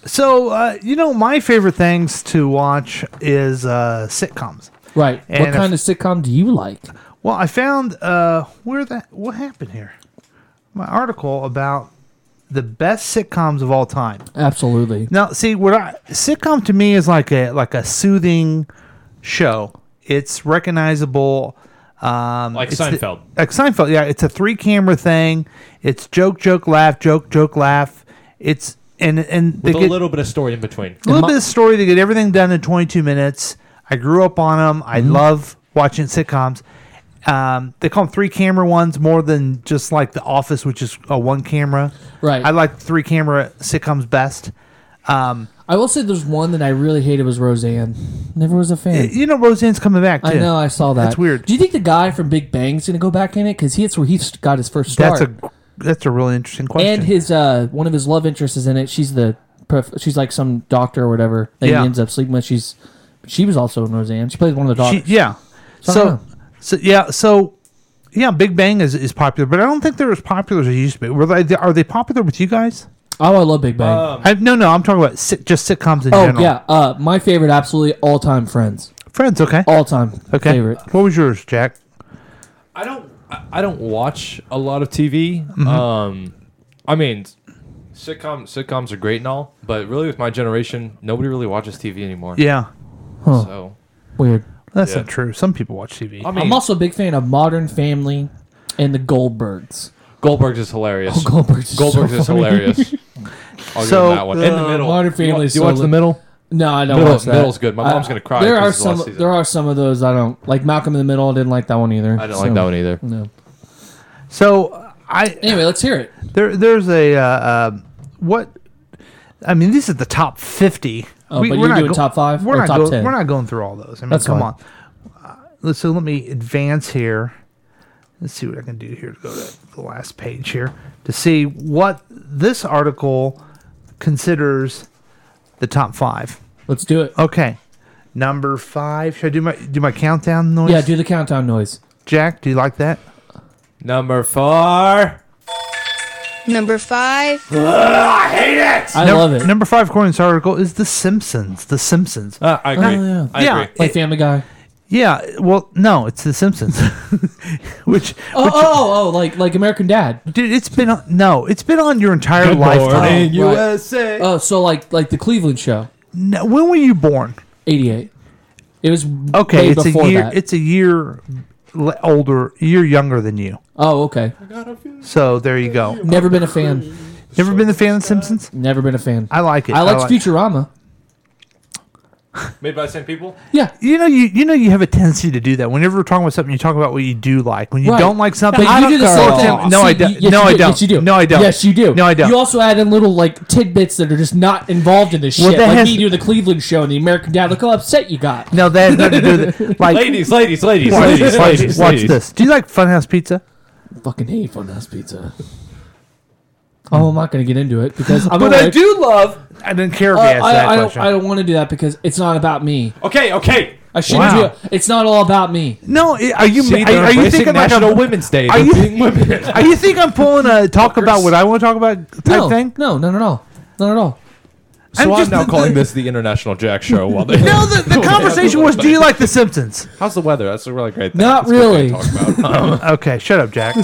So uh, you know, my favorite things to watch is uh, sitcoms. Right. And what kind if- of sitcom do you like? Well, I found uh, where that what happened here. My article about the best sitcoms of all time. Absolutely. Now, see, what I sitcom to me is like a like a soothing show. It's recognizable. Um, Like it's the- Seinfeld. like Seinfeld, yeah. It's a three camera thing. It's joke, joke, laugh, joke, joke, laugh. It's and and With they a get- little bit of story in between. a little bit of story. They get everything done in 22 minutes. I grew up on them. Mm-hmm. I love watching sitcoms. Um, they call them three camera ones more than just like The Office, which is a one camera. Right. I like three camera sitcoms best. Um, I will say there's one that I really hated was Roseanne. Never was a fan. you know, Roseanne's coming back. Too. I know. I saw that. That's weird. Do you think the guy from Big Bang's gonna go back in it? Because that's where he s- got his first start. That's a that's a really interesting question. and his uh, one of his love interests is in it. She's the prof- she's like some doctor or whatever that Yeah. he ends up sleeping with. She's she was also in Roseanne. She played one of the She- daughters. yeah. So I So, don't so yeah, so yeah, Big Bang is, is popular, but I don't think they're as popular as they used to be. Were they? Are they popular with you guys? Oh, I love Big Bang. I, no, no, I'm talking about sit, just sitcoms in oh Uh, general. yeah, uh, my favorite, absolutely all time Friends. Friends, okay. All time Okay. favorite. What was yours, Jack? I don't. I- I don't watch a lot of TV. Mhm. Um, I mean, sitcom sitcoms are great and all, but really with my generation, nobody really watches TV anymore. Yeah. Huh. So Weird. That's Yeah. not true. Some people watch TV. I I'm mean- also a big fan of Modern Family and the Goldbergs. Goldberg's is hilarious. Oh, Goldberg's is so Goldberg's is funny. hilarious. I'll give him that one. In the middle. uh, Modern Do you wa- Family. is do you so watch the lit- middle? No, I don't. Middle- watch that. middle's good. My I- mom's gonna cry There 'cause are it's the last some. season. There are some of those I don't like. Malcolm in the Middle. I didn't like that one either. I don't like that one either. No. So I anyway, let's hear it. There, there's a uh, uh, what? I mean, these are the top fifty. Oh, but you're not doing top five We're or not top going, 10? We're not going through all those. I mean, That's come fine. on. Uh, so let me advance here. Let's see what I can do here to go to the last page here to see what this article considers the top five. Let's do it. Okay, number five. Should I do my do my countdown noise? Yeah, do the countdown noise. Jack, do you like that? Ah, Number four. Number five. I hate it. I Num- love it. Number five, according to this article, is The Simpsons. The Simpsons. Uh, I agree. yeah. I yeah. agree. Like Family Guy. Yeah. Well, no, it's The Simpsons. which, Oh, oh, oh, like like American Dad. dude, it's been on, no, it's been on your entire lifetime. Right. Oh, so like like the Cleveland show. No, when were you born? Eighty-eight. It was Okay, way it's a before year. that. It's a year le- older, a year younger than you. Oh, okay. So there you go. Never been a fan. Never been a fan of The Simpsons. Never been a fan. I like it. I liked Futurama. Made by the same people? Yeah. You know you you know you have a tendency to do that. Whenever we're talking about something, you talk about what you do like. When you Right. don't like something, But you I do don't the care. same Oh, thing. No, See, I don't. y- yes, no, you I do. don't. Yes, you do. No, I don't. Yes, you do. No, I don't. You also add in little like tidbits that are just not involved in this Well, shit. that Like has- me doing the Cleveland show and the American Dad. Look how upset you got. no, that has nothing to do with it. Like, Ladies, ladies, ladies, watch, ladies, watch- ladies, watch ladies. this. Do you like Funhouse Pizza? Fucking hate Funhouse Pizza. Oh, I'm not going to get into it because I'm But I do love. I didn't care if you Uh, I, asked that I don't, question. I don't want to do that because it's not about me. Okay, okay. I shouldn't Wow. do it. It's not all about me. No, i- are you See, are, they're are you embracing thinking like National I'm, Women's Day. Are They're you, being women. are you think I'm pulling a talk about what I want to talk about type No, thing? no, not at all, not at all. So I'm I'm, just- now calling this the International Jack Show. While they No, the, the conversation was, do you like The Simpsons? How's the weather? That's a really great thing. Not That's a good really. thing to talk about. Um, okay, shut up, Jack.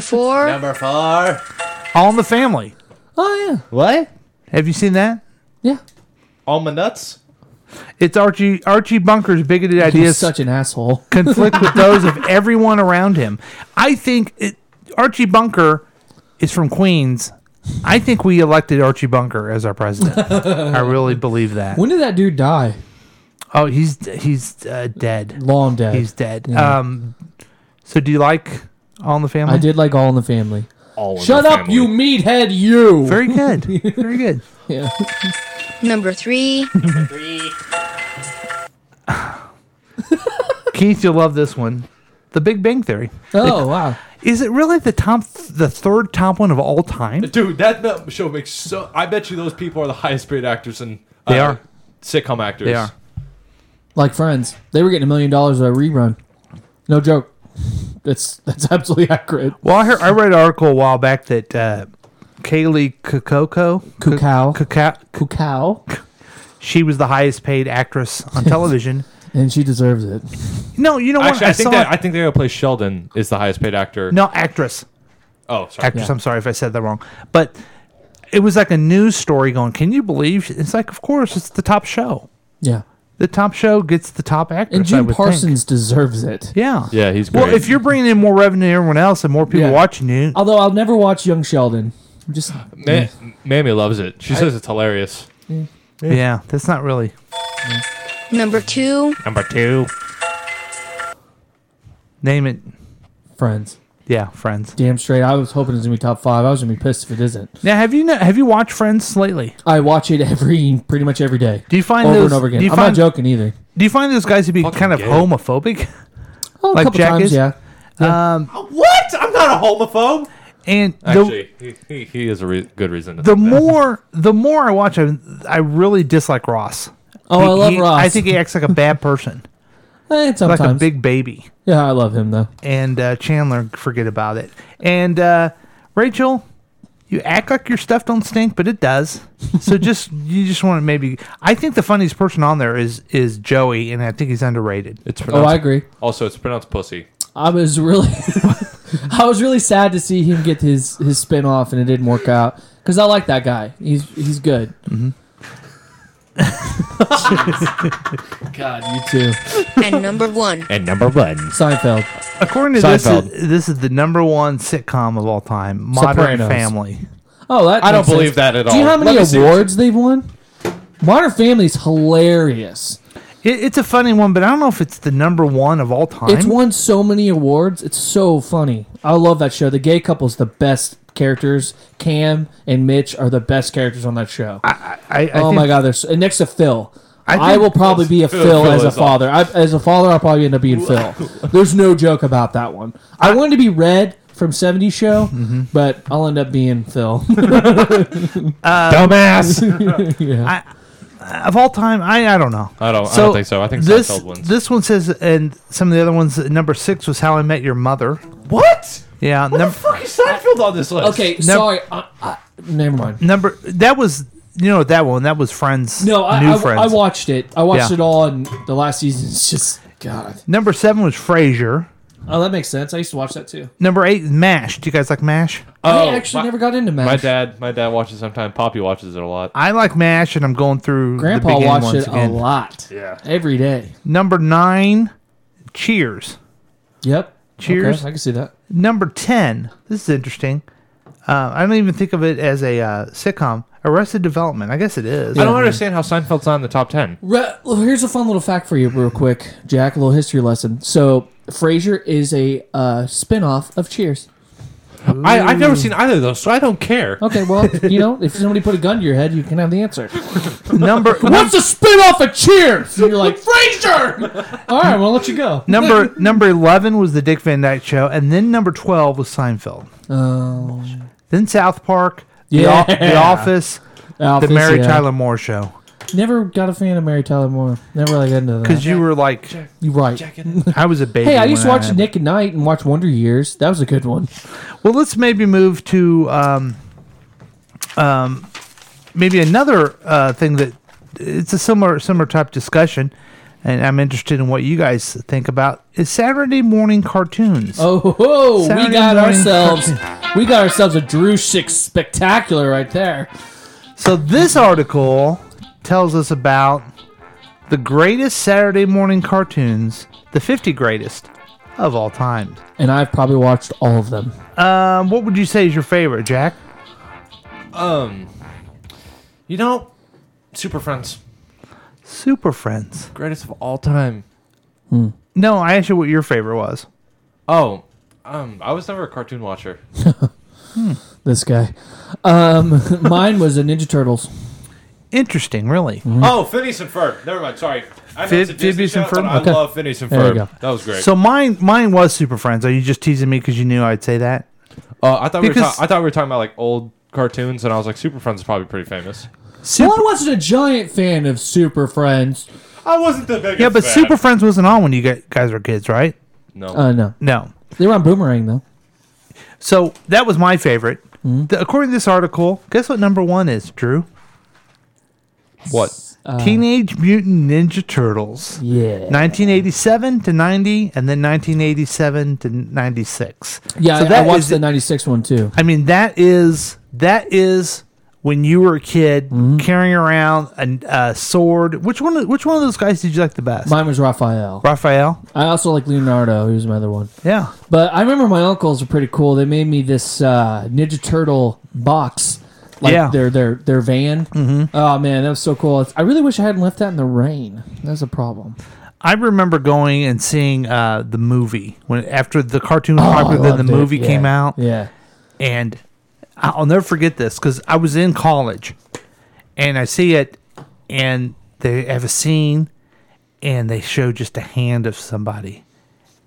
four. Number four. All in the Family. Oh yeah. What? Have you seen that? Yeah. All my nuts. It's Archie Archie Bunker's bigoted ideas. such an asshole. conflict with those of everyone around him. I think it, Archie Bunker is from Queens. I think we elected Archie Bunker as our president. I really believe that. When did that dude die? Oh, he's he's uh, dead. Long dead. He's dead. Yeah. Um, so do you like All in the Family? I did like All in the Family. All Shut up, you meathead! You. Very good. Very good. yeah. Number three. Keith, you'll love this one. The Big Bang Theory. Oh wow. Is it really the top, the third top one of all time? Dude, that ma- show makes so. I bet you those people are the highest paid actors and They are. sitcom actors. They are. Like Friends, they were getting a million dollars a rerun. No joke. That's that's absolutely accurate. Well, I, heard, I read an article a while back that uh, Kaylee Kokoko, Kukau. Kukau, Kukau, she was the highest paid actress on television. and she deserves it. No, you know what? Actually, I, think saw that I think they're gonna play Sheldon is the highest paid actor. no actress, Oh, sorry. actress. I'm sorry if I said that wrong, but it was like a news story going. Can you believe? It's like, of course, it's the top show. Yeah. The top show gets the top actress. And I Jim would think. Parsons deserves it. Yeah. Yeah, he's great. Well, if you're bringing in more revenue than everyone else and more people Yeah. Oh. watching you, Although I'll never watch Young Sheldon. I'm just Ma- Mammy loves it. She says it's hilarious. yeah. that's not really. Number two. Number two. Name it. friends. Yeah, Friends. Damn straight. I was hoping it was gonna be top five. I was gonna be pissed if it isn't. Now, have you not, have you watched Friends lately? I watch it every pretty much every day. Do you find over those- and over again? do you I'm not find- joking either. Do you find those guys to be kind of gay. homophobic? Oh, a Like couple Jack times, is? yeah. Um, What? I'm not a homophobe. and the, Actually, he, he, he is a re- good reason. To the think that. more the more I watch, I, I really dislike Ross. Oh, I love he- Ross. I think he acts like a bad person, Eh, like sometimes. a big baby. yeah, I love him though. And uh, Chandler, forget about it. And uh, Rachel, you act like your stuff don't stink, but it does. So just you just want to maybe. I think the funniest person on there is is Joey, and I think he's underrated. It's Oh, pronounced, I agree. Also, it's pronounced pussy. I was really, I was really sad to see him get his his spin off and it didn't work out because I like that guy. He's he's good. Mm-hmm. God, you too. And number one. And number one, Seinfeld. According to this, Seinfeld. is, this is the number one sitcom of all time, Modern Sopranos. Family. Oh, that I don't makes sense. believe that at Do you know all. how many Let me see. awards they've won? Modern Family's hilarious. It, it's a funny one, but I don't know if it's the number one of all time. It's won so many awards. It's so funny. I love that show. The gay couple's the best characters. Cam and Mitch are the best characters on that show. I, I oh think- my god, there's and next to Phil. I I, think- will probably be a Phil- Phil, Phil as a is awesome. father. I, as a father, I'll probably end up being Phil. There's no joke about that one. I, wanted to be Red from '70s Show, Mm-hmm. but I'll end up being Phil. Dumbass. uh, I, of all time, I, I don't know. I don't- I don't think so. I think this Seinfeld wins. this one says, and some of the other ones. Number six was How I Met Your Mother. what? Yeah. What the fuck is Seinfeld on this list? Okay, sorry. I, I, never mind. Number that was you know that one that was Friends. no, I, new I, Friends. I watched it. I watched Yeah. it all, and the last season is just God. Number seven was Frasier. Oh, that makes sense. I used to watch that too. Number eight, Mash. Do you guys like Mash? I actually never got into Oh, My Mash. dad, my dad watches sometimes. Poppy watches it a lot. I like Mash, and I'm going through. the Grandpa beginning watched ones it again. a lot. Yeah, every day. Number nine, Cheers. Yep. Cheers. Okay, I can see that. Number ten. This is interesting. Uh, I don't even think of it as a uh, sitcom. Arrested Development. I guess it is. I don't understand how Seinfeld's not in the top ten. Re- well, here's a fun little fact for you, real quick, Jack. A little history lesson. So, Frasier is a uh, spin-off of Cheers. I, I've never seen either of those, so I don't care. Okay, well, you know, if somebody put a gun to your head, you can have the answer. Number what's a spin-off of Cheers? And you're like Frasier. All right, well, I'll let you go. number number eleven was the Dick Van Dyke Show, and then number twelve was Seinfeld. Oh, Then South Park. Yeah. The, O- The Office. Office, the Mary yeah. Tyler Moore Show. never got a fan of Mary Tyler Moore. Never really got into that. Because you were like, you right. I was a baby. Hey, I used to when watch had- Nick at Night and watch Wonder Years. That was a good one. Well, let's maybe move to um, um, maybe another uh, thing that it's a similar similar type discussion, and I'm interested in what you guys think about is Saturday morning cartoons. Oh, ho, ho, we Saturday got morning ourselves we got ourselves a Drew Six spectacular right there. So this article tells us about the greatest Saturday morning cartoons, the 50 greatest of all time. And I've probably watched all of them. Um, what would you say is your favorite, Jack? Um, you know, Super Friends, Super Friends. greatest of all time. No, I asked you what your favorite was. Oh, um, I was never a cartoon watcher. This guy, um, mine was a Ninja Turtles. Interesting, really. Oh, Phineas and Ferb. Never mind. Sorry. I know Phi- it's a Disney Phineas and show, but Ferb? I Okay. love Phineas and Ferb. There you go. That was great. So mine, mine was Super Friends. Are you just teasing me because you knew I'd say that? uh, I thought we were because- ta- I thought we were talking about like old cartoons, and I was like, Super Friends is probably pretty famous. well, I wasn't a giant fan of Super Friends. I wasn't the biggest. yeah, but fan. Super Friends wasn't on when you gu- guys were kids, right? No. Uh, no. No. They were on Boomerang though. So that was my favorite. Mm-hmm. The- according to this article, guess what number one is, Drew? What? Teenage Mutant Ninja Turtles. Uh. Yeah. 1987 to 90, and then 1987 to 96. Yeah, So I, I that watched is- the '96 one too. I mean, that is that is when you were a kid Mm-hmm. carrying around a, a sword. Which one? Which one of those guys did you like the best? Mine was Raphael. Raphael. I also like Leonardo. He was my other one. Yeah. But I remember my uncles were pretty cool. They made me this uh, Ninja Turtle box, like Yeah. their their their van. Mm-hmm. Oh man, that was so cool. It's- I really wish I hadn't left that in the rain. That's a problem. I remember going and seeing uh, the movie when after the cartoon was Oh, I popular, then loved the it. movie Yeah. came out. Yeah. and I- I'll never forget this because I was in college, and I see it, and they have a scene, and they show just a hand of somebody,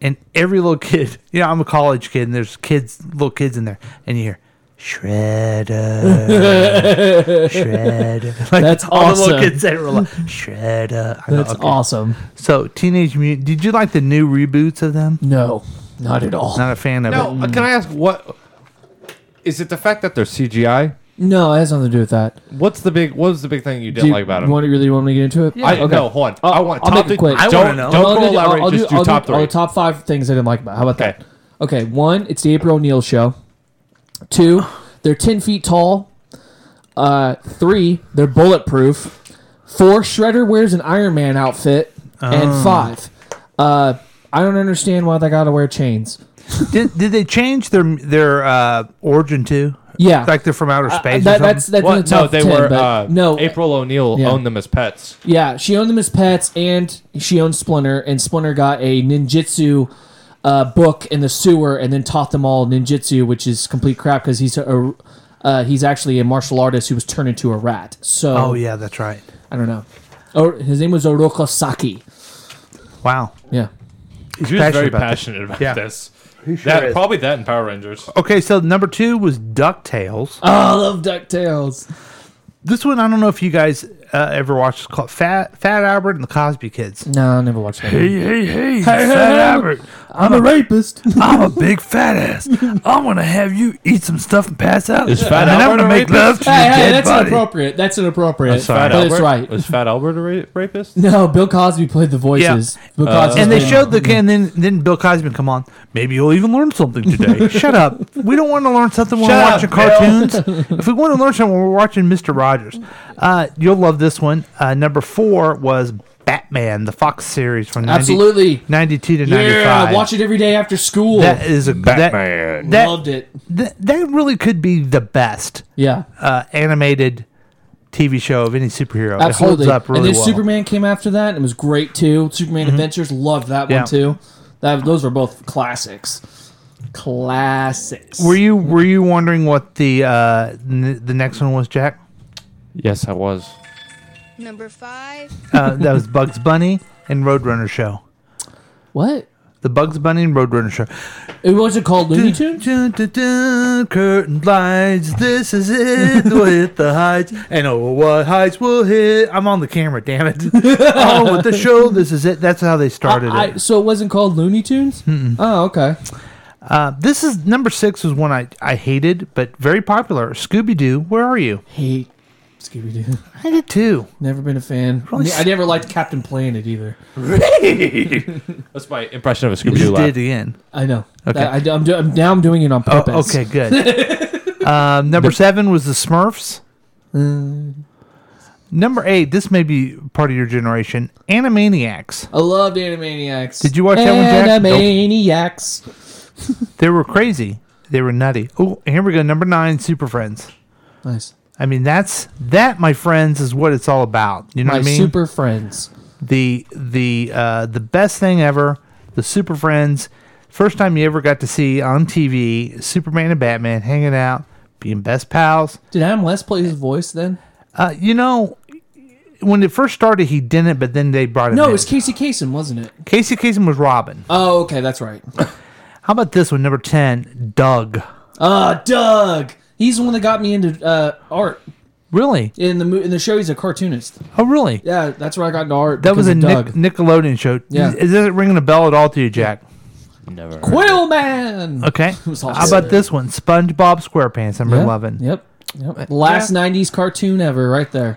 and every little kid, you know, I'm a college kid, and there's kids, little kids in there, and you hear. Shredder, Shredder. That's all the awesome. little kids that were like, Shredder. I know, That's awesome. So, Teenage Mutant. Did you like the new reboots of them? No, not at all. Not a fan of Now, it. uh, can I ask what? Is it the fact that they're CGI? No, it has nothing to do with that. What's the big? What was the big thing you didn't like about them? Want to really want me to get into it? I okay. no, hold on. I want I'll top make it three. quick. Don't, don't I'll go do- elaborate. I'll do- just do, I'll do- top I'll three. top five things I didn't like about. it. How about that? Okay, one, it's the April O'Neil show. Two, they're ten feet tall. Uh, three, they're bulletproof. Four, Shredder wears an Iron Man outfit. Oh. And five, uh, I don't understand why they got to wear chains. did, did they change their their uh, origin too? Yeah. like they're from outer Uh, space. that- or that's- something? that's in What? the No, top they 10, were, but uh, no. April O'Neil Yeah. owned them as pets. Yeah, she owned them as pets, and she owned Splinter, and Splinter got a ninjutsu uh, book in the sewer, and then taught them all ninjutsu, which is complete crap because he's a uh, he's actually a martial artist who was turned into a rat. So Oh yeah, that's right. I don't know. Oh, his name was Oroko Saki. Wow. Yeah. She was very passionate about this. that is. probably that in Power Rangers. Okay, so number two was Ducktales. Oh, I Oh, love Ducktales. This one, I don't know if you guys uh, ever watched. It's called Fat Fat Albert and the Cosby Kids. No, I never watched that. Hey, hey, hey, Fat Albert! I'm, a rapist. I'm a big fat ass. I'm gonna have you eat some stuff and pass out. Is Fat and then I'm Albert gonna a make love rapist? to Hey, your hey, dead that's body. inappropriate. That's inappropriate. Was Fat but it's Albert- right. Was Fat Albert a ra- rapist? No, Bill Cosby played the voices. Bill Cosby and they played- showed the and then then Bill Cosby would come on. Maybe you'll even learn something today. Shut up. We don't want to learn something when Shut we're up, watching Bill. cartoons. if we want to learn something, when we're watching Mister Rogers. Uh, you'll love this one. Uh, number four was Batman, the Fox series from 90, Absolutely. ninety-two to Yeah, ninety-five. I watch it every day after school. That is a that- That, Loved it. That, that really could be the best. Yeah. Uh, animated TV show of any superhero. Absolutely. It holds up really and then well. Mm-hmm. Superman came after that. and It was great too. Superman Adventures, loved that Yeah. one too. That those were both classics. Classics. Were you were you wondering what the uh, n- the next one was, Jack? Yes, I was. Number five. Uh, that was Bugs Bunny and Roadrunner Show. What? The Bugs Bunny and Roadrunner Show. It was it called Looney Tunes? curtain lights. This is it. We'll hit the heights. And oh, what heights we'll hit. I'm on the camera, damn it. oh, with the show, this is it. That's how they started I, it. so it wasn't called Looney Tunes? Oh, okay. Uh, this is number six was one I, I hated, but very popular. Scooby Doo, where are you? Hate Scooby Doo. I did too. Never been a fan. Really? I never liked Captain Planet either. That's my impression of a Scooby Doo. just did it again. I know. Okay. I, am do, I'm, now I'm doing it on Oh, purpose. okay, good. um, number seven was the Smurfs. Uh. Number eight, this may be part of your generation, Animaniacs. I loved Animaniacs. Did you watch that one, Jack? Nope. Animaniacs. They were crazy. They were nutty. Oh, and here we go. Number nine, Super Friends. Nice. I mean, that's that, my friends, is what it's all about. You know My what I mean? super friends. the the uh, the best thing ever, the Super Friends. First time you ever got to see on TV Superman and Batman hanging out, being best pals. Did Adam West play his voice then? Uh, you know, when it first started, he didn't, but then they brought him. No, in. it was Casey Kasem, wasn't it? Casey Kasem was Robin. Oh, okay, that's right. How about this one, number ten, Doug? Uh, Doug. He's the one that got me into uh, art. Really? In the mo- in the show, he's a cartoonist. Oh, really? Yeah, that's where I got into art. That was a because of Nic- Nickelodeon show. Yeah. Is, is it ringing a bell at all to you, Jack? Never. Quill Man. Okay. It was How awesome. about this one, SpongeBob SquarePants, number Yeah, eleven? Yep. Yep. Last '90s cartoon ever, right there.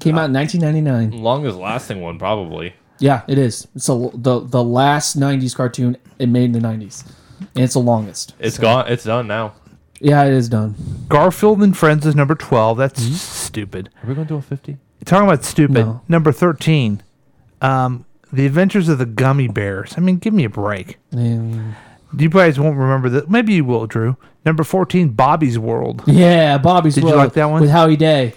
Came out in 1999. Longest lasting one, probably. Yeah, it is. It's a, the the last '90s cartoon it made in the '90s, and it's the longest. It's gone. It's done now. Yeah, it is done. Garfield and Friends is number twelve. That's stupid. Are we going to do a fifty? Talking about stupid. Mm-hmm. No. Number thirteen, um, The Adventures of the Gummy Bears. I mean, give me a break. And- You guys won't remember that. Maybe you will, Drew. Number fourteen, Bobby's World. yeah, Bobby's Did you World like that one? with Howie Day,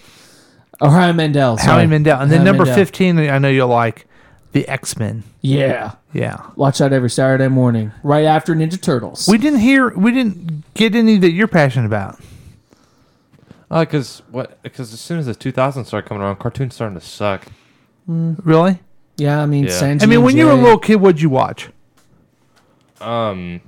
or Howie Mandel? sorry. Howie Mandel, and then Howie number Mandel. fifteen. I know you'll like the X Men. Yeah, Yeah, watch that every Saturday morning, right after Ninja Turtles. we didn't hear, we didn't get any that you're passionate about. Because Oh, what? Because as soon as the 2000s started coming around, cartoons starting to suck. Really? yeah, I mean, Yeah. Sanji I mean, and when you were a Jay. little kid, what'd you watch? Um,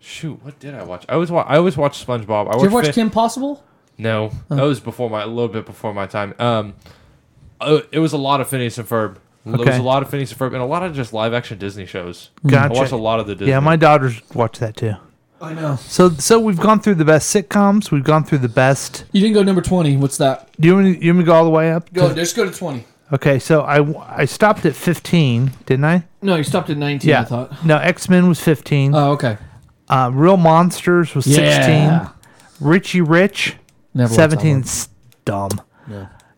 shoot, what did I watch? I always watch. I always watched SpongeBob. I did watched you ever watch Fa- Kim Oh. Possible? No, that was before my a little bit before my time. Um, uh, it was a lot of Phineas and Ferb. There was Okay. a lot of Phineas and Ferb and a lot of just live action Disney shows. Hmm. Gotcha. I watched a lot of the Disney. Yeah, my daughters watch that too. I know. So, so we've gone through the best sitcoms. We've gone through the best. You didn't go number twenty. What's that? Do you want me, you want me to go all the way up? Go, To- just go to twenty. okay, so I I stopped at fifteen, didn't I? No, you stopped at nineteen. I thought. No, X Men was fifteen. Oh, okay. Uh, Real Monsters was Yeah. sixteen. Richie Rich, Never watched that seventeen. one. s- Dumb.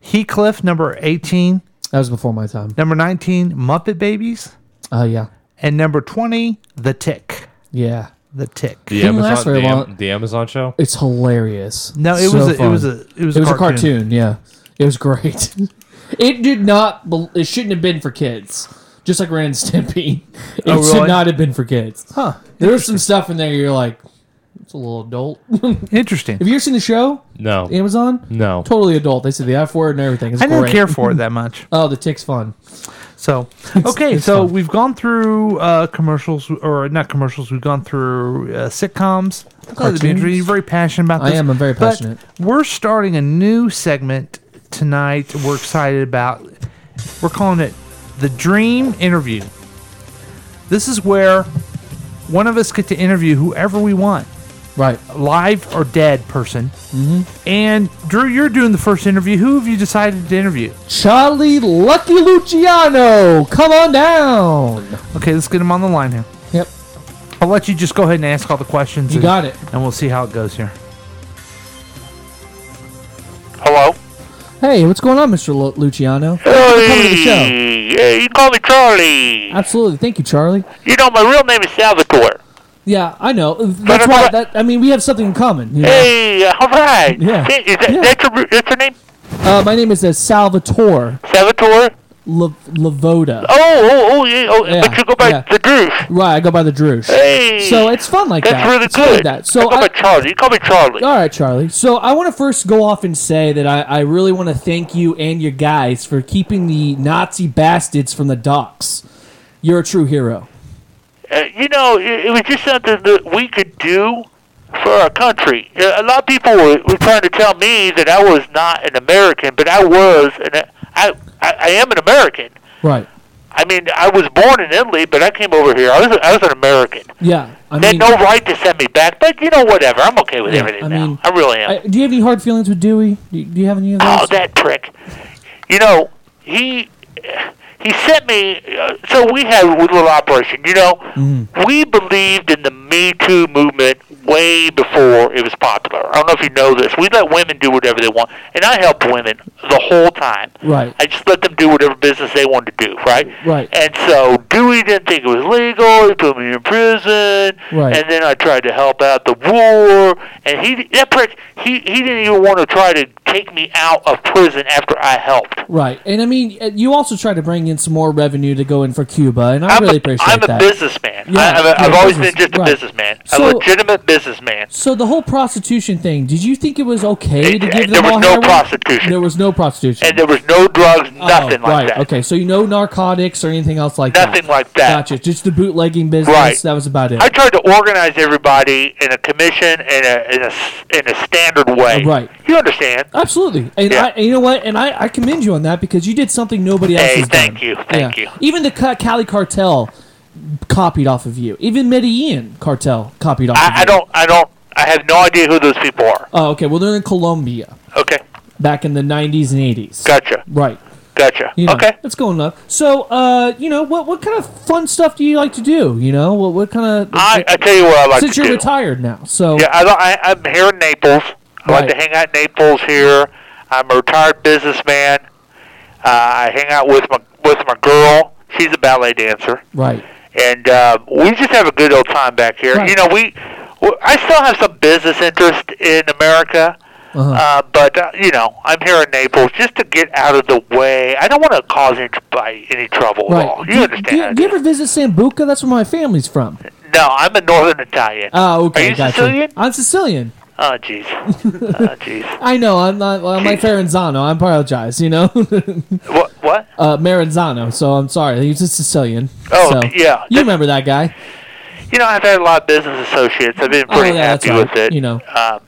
Heathcliff, number eighteen. That was before my time. Number nineteen, Muppet Babies, Oh yeah, and number twenty, The Tick. yeah. The Tick. the didn't Amazon, last very the, Am- long. the Amazon show. It's hilarious. No, it So was a- it fun. was a- it was a a cartoon. cartoon. Yeah, it was great. it did not. bel- It shouldn't have been for kids. Just like Ren and Stimpy, it Oh, really? should not have been for kids. Huh. There was some stuff in there. You're like, it's a little adult. have Interesting. you ever seen the show? No, Amazon. no. Totally adult. They said the F word and everything. It's I didn't great. care for it that much. Oh, the tick's fun. So okay, it's so fun. we've gone through uh, commercials or not commercials. We've gone through uh, sitcoms. I'm glad to be interested. Cartoons. You're very passionate about I this. am, I'm very but passionate. we're starting a new segment tonight we're excited about. We're calling it the Dream Interview. This is where one of us get to interview whoever we want. Right. Live or dead person. Mm-hmm. And Drew, you're doing the first interview. Who have you decided to interview? Charlie Lucky Luciano, come on down. Okay, let's get him on the line here. Yep. I'll let you just go ahead and ask all the questions. You and- got it. And we'll see how it goes here. Hello? Hey, what's going on, Mr. Lu- Luciano? Thank you for coming to the show. Hey, yeah, you call me Charlie. Absolutely. Thank you, Charlie. You know, my real name is Salvatore. Yeah, I know. That's why. That I mean, we have something in common. you know? Hey, uh, all right. Yeah. Is that, That's, your, re- that's your name? Uh, my name is uh, Salvatore Salvatore? La- Lavoda. Oh, oh, oh, yeah. Oh, but you go by yeah. the Druze. Right, I go by the Druze. Hey. So it's fun like That's that. really It's fun good. like that. So I go I- by Charlie. You call me Charlie. All right, Charlie. So I want to first go off and say that I, I really want to thank you and your guys for keeping the Nazi bastards from the docks. You're a true hero. Uh, you know, it, it was just something that we could do for our country. Uh, A lot of people were, were trying to tell me that I was not an American, but I was, and I, I, I am an American. Right. I mean, I was born in Italy, but I came over here. I was, I was an American. Yeah. I they had mean, no right to send me back, but you know, whatever. I'm okay with Yeah, everything I now. mean, I really am. I- do you have any hard feelings with Dewey? Do you, do you have any of those? Oh, that prick! You know, he he sent me. Uh, so we had a little operation. You know, we believed in the Me Too movement way before it was popular. I don't know if you know this. We let women do whatever they want, and I helped women the whole time. Right. I just let them do whatever business they wanted to do. Right. Right. And so Dewey didn't think it was legal. He put me in prison. Right. And then I tried to help out the war. And he that prick he he didn't even want to try to take me out of prison after I helped. Right. And I mean, uh, you also try to bring in some more revenue to go in for Cuba, and I really appreciate I'm a that. businessman. Yeah, I, I've, you're a I've always business- been just a right. businessman, So- a legitimate businessman. So the whole prostitution thing, did you think it was okay to It- give them there was all no heroin? prostitution. There was no prostitution. And there was no drugs, nothing Oh, like right. that. Okay, so you know narcotics or anything else like that. Nothing like that. Gotcha. Just the bootlegging business. Right. That was about it. I tried to organize everybody in a commission and a in a s- in a standard way. Right. Oh, You understand? Absolutely. And Yeah. I, and you know what? And I, I commend you on that because you did something nobody else Hey, has thank done. you, thank you. Even the Ca- Cali cartel copied off of you. Even Medellin cartel copied off of you. I, I don't. I don't. I have no idea who those people are. Oh, okay. Well, they're in Colombia Okay. back in the 90s and 80s. Gotcha. Right. Gotcha. You know, Okay. It's going up. So, uh, you know, what what kind of fun stuff do you like to do? You know, what what kind of I, I tell you what I like since to you're do. retired now. So Yeah, I, li- I, I'm here in Naples. I like Right. to hang out in Naples here. I'm a retired businessman. Uh, I hang out with my with my girl. She's a ballet dancer, right. and uh, we just have a good old time back here. Right. You know, we w- I still have some business interest in America. Uh-huh. Uh, but uh, you know, I'm here in Naples just to get out of the way. I don't want to cause any, by any trouble at all. Right. Oh, You do, understand? do, do you ever visit Sambuca? That's where my family's from. No, I'm a Northern Italian. Oh, okay. Are you gotcha. Sicilian? I'm Sicilian. Oh, jeez. oh, jeez. I know. I'm not. I'm like Ferenzano. I apologize. You know. What? What? uh, Maranzano. So I'm sorry. He's a Sicilian. Oh, so. yeah. You remember that guy? You know, I've had a lot of business associates. I've been Oh, pretty yeah, that's happy right. with it. You know. Um,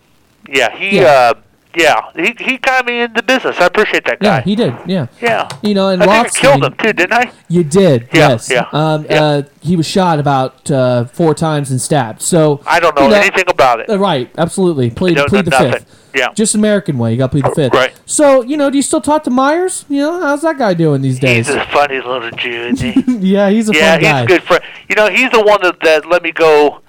yeah, he. Yeah. Uh, yeah, he he got me into business. I appreciate that Yeah, guy. he did. Yeah. yeah. You know, and I think I lots. killed him too, didn't I? You did. Yeah, yes. yeah, Um. Uh. He was shot about uh, four times and stabbed. So I don't know, you anything about it. Uh, right. Absolutely. Plead. don't plead know the nothing. fifth. Yeah. Just American way. You got to plead the fifth. right. So you know, do you still talk to Myers? You know, how's that guy doing these days? He's a funny little Jew, isn't he? yeah, he's a yeah, fun he's guy. a good friend. You know, he's the one that, that let me go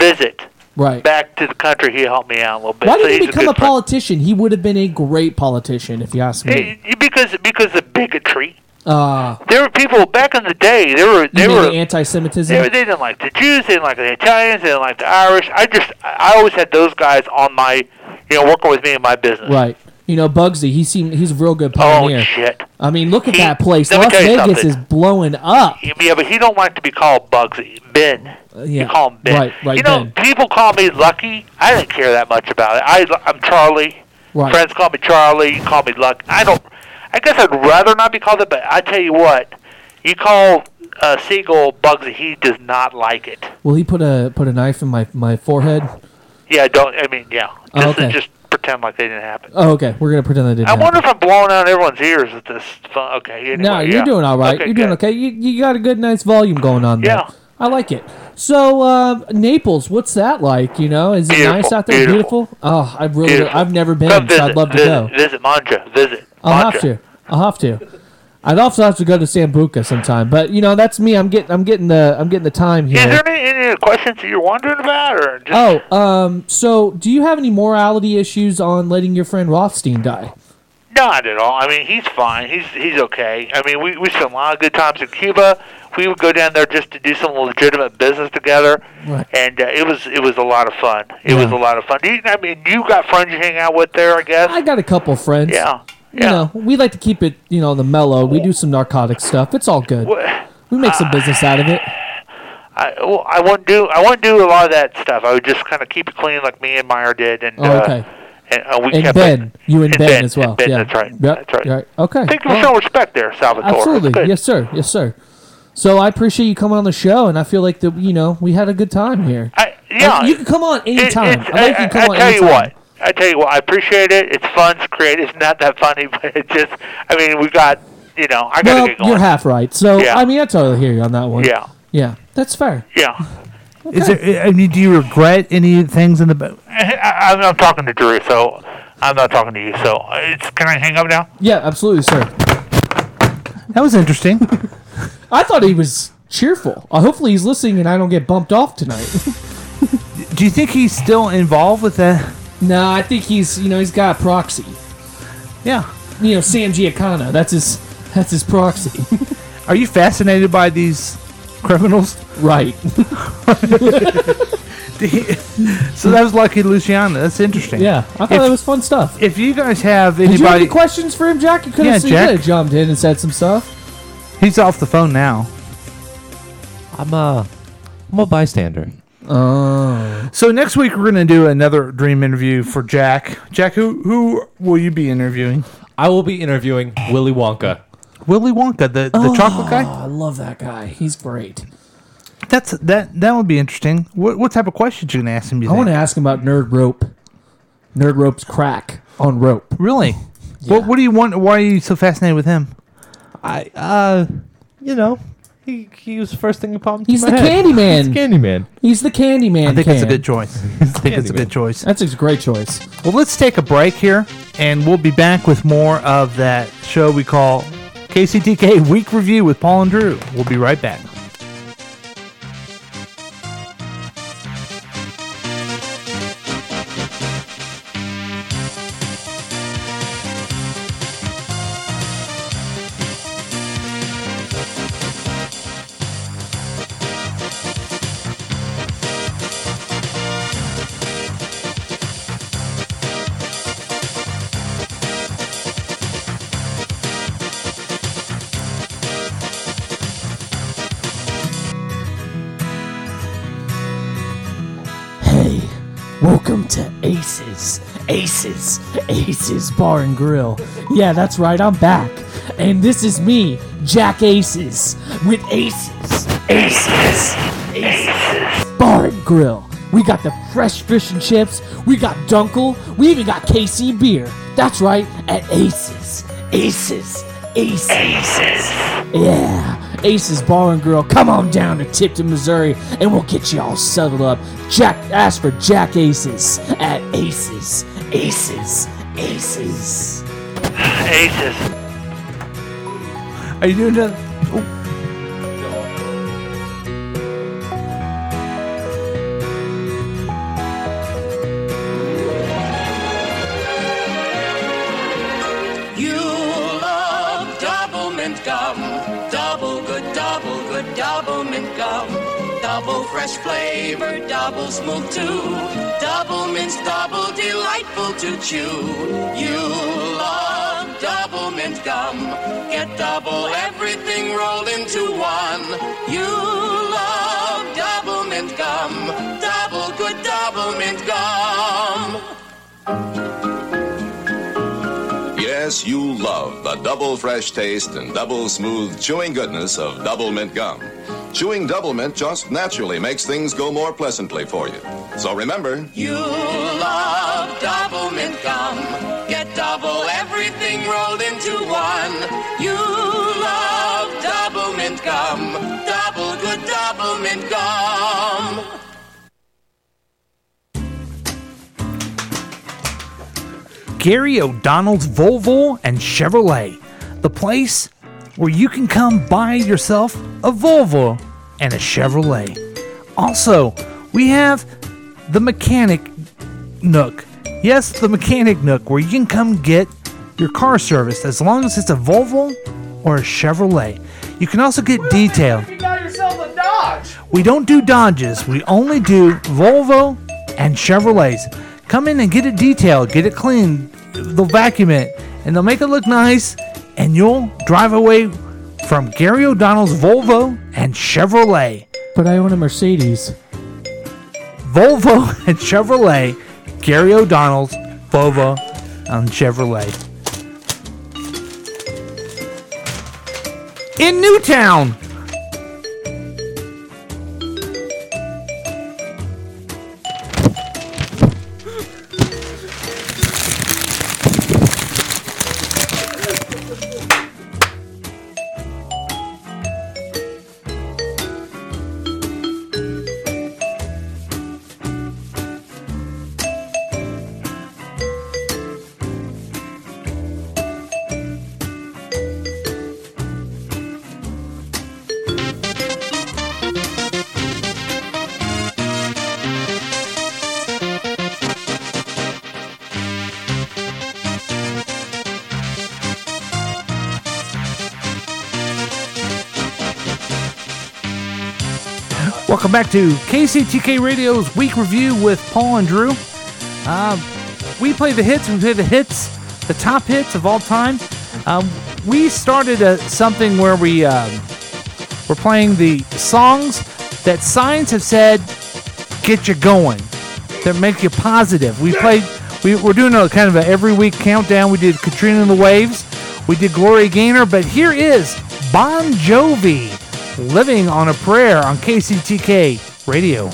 visit Right. back to the country. He helped me out a little bit. Why so did he he's become a, a good friend. politician? He would have been a great politician, if you ask me. Hey, because because of bigotry. Uh, There were people back in the day. There were you there mean were the anti-Semitism? They, they didn't like the Jews. They didn't like the Italians. They didn't like the Irish. I just, I always had those guys on my, you know, working with me in my business. Right. You know, Bugsy. He seemed he's a real good Oh pioneer. shit. I mean, look at He- that place. let me Las tell you Vegas something. is blowing up. Yeah, but he don't like to be called Bugsy. Ben. Uh, yeah. You call him Ben. Right, right, You know, people call me Lucky. I didn't care that much about it. I, I'm Charlie. Right. Friends call me Charlie. You call me Lucky. I don't. I guess I'd rather not be called it, but I tell you what, you call uh, Siegel Bugsy, he does not like it. Will he put a put a knife in my my forehead? Yeah, don't. I mean, yeah. Oh, This okay. is just pretend like they didn't happen. Oh, okay. We're gonna pretend that didn't. I wonder if I'm blowing out everyone's ears with this. fu- Okay. No, anyway, you're yeah. doing all right. Okay, you're doing good. okay. You, you got a good, nice volume going on there. Yeah. I like it. So uh, Naples, what's that like? You know, is it nice Beautiful, out there? Beautiful. Oh, I really, Beautiful. I've never been, Come so visit, I'd love to visit, go. Visit Mantra. Visit. I'll have Mantra. to. I'll have to. I'd also have to go to Sambuca sometime. But you know, that's me. I'm getting, I'm getting the, I'm getting the time here. Is there any, any other questions that you're wondering about, or just oh, um, so do you have any morality issues on letting your friend Rothstein die? Not at all. I mean, he's fine. He's he's okay. I mean, we we spent a lot of good times in Cuba. We would go down there just to do some legitimate business together, Right. and uh, it was it was a lot of fun. It was a lot of fun. Do you, I mean, you got friends you hang out with there, I guess. I got a couple friends. Yeah, You know, we like to keep it, you know, the mellow. We do some narcotic stuff. It's all good. We make uh, some business out of it. I well, I wouldn't do I wouldn't do a lot of that stuff. I would just kind of keep it clean, like me and Meyer did, and Oh, okay. uh, and uh, we and kept Ben, it. you and, and Ben, Ben, as well. and Ben, yeah. that's right, Yep, that's right. Okay. Thank you for Well, showing respect there, Salvatore. That's Absolutely. good. Yes, sir. Yes, sir. So I appreciate you coming on the show, and I feel like that you know we had a good time here. I, yeah. you can come on anytime. It's- I like you to come I on tell you anytime. what. I tell you what. I appreciate it. It's fun. It's creative. It's not that funny, but it just. I mean, we got. You know, I gotta well, get going. you're half right. So Yeah. I mean, I totally hear you on that one. Yeah. Yeah, that's fair. Yeah. Is there? I mean, do you regret any things in the? I, I'm not talking to Drew, so I'm not talking to you. So uh, it's. Can I hang up now? Yeah, absolutely, sir. That was interesting. I thought he was cheerful. Uh, hopefully, he's listening, and I don't get bumped off tonight. Do you think he's still involved with that? no, I think he's you know he's got a proxy. Yeah. You know Sam Giacana. That's his. That's his proxy. Are you fascinated by these criminals? Right. so that was Lucky Luciana. That's interesting. Yeah, I thought If- that was fun stuff. If you guys have Did you have any anybody, questions for him, Jack? You could Yeah, have Jack. jumped in and said some stuff. he's off the phone now. I'm a, I'm a bystander. Oh. So next week we're going to do another dream interview for Jack. Jack, who who will you be interviewing? I will be interviewing Willy Wonka. Willy Wonka, the the chocolate guy. I love that guy. He's great. That's that that would be interesting. What what type of questions you going to ask him? You I want think? to ask him about nerd rope. Nerd rope's crack on rope. Really? What what do you want? Why are you so fascinated with him? I uh, you know, he, he was the first thing that popped. He's into the my head. candy man. He's Candyman. He's the candy man. I think that's a good choice. choice. I think that's a good choice. That's a great choice. Well, let's take a break here, and we'll be back with more of that show we call KCTK Week Review with Paul and Drew. We'll be right back. Hey, welcome to Aces, Aces, Aces Bar and Grill. Yeah, that's right. I'm back. And this is me, Jack Aces, with Aces, Aces, Aces Bar and Grill. We got the fresh fish and chips. We got Dunkel. We even got KC beer. That's right, at Aces, Aces, Aces. Yeah, Aces Bar and Grill. Come on down to Tipton, Missouri, and we'll get you all settled up. Jack, ask for Jack Aces at Aces, Aces, Aces. Aces. Are you doing that? You love double mint gum, double good, double good, double mint gum, double fresh flavor, double smooth too, double mint, double delightful to chew. You love double mint gum, get double everything rolled into one. You love double mint gum, double good, double mint gum. Yes, you love the double fresh taste and double smooth chewing goodness of double mint gum. Chewing double mint just naturally makes things go more pleasantly for you. So remember, You love double mint gum. Get double everything rolled into one. You love double mint gum. Double good double mint gum. Gary O'Donnell's Volvo and Chevrolet, the place where you can come buy yourself a Volvo and a Chevrolet. Also, we have the mechanic nook. Yes, the mechanic nook where you can come get your car serviced as long as it's a Volvo or a Chevrolet. You can also get detailed. You got yourself a Dodge. We don't do Dodges. We only do Volvo and Chevrolets. Come in and get it detailed, get it clean. They'll vacuum it and they'll make it look nice, and you'll drive away from Gary O'Donnell's Volvo and Chevrolet. But I own a Mercedes. Volvo and Chevrolet. Gary O'Donnell's Volvo and Chevrolet. In Newtown, Welcome back to KCTK Radio's Week Review with Paul and Drew. Uh, we play the hits. We play the hits, the top hits of all time. Um, we started a, something where we um, we're playing the songs that science have said get you going, that make you positive. We played. We, we're doing a kind of a every week countdown. We did Katrina and the Waves. We did Gloria Gaynor. But here is Bon Jovi, "Living on a Prayer" on KCTK Radio.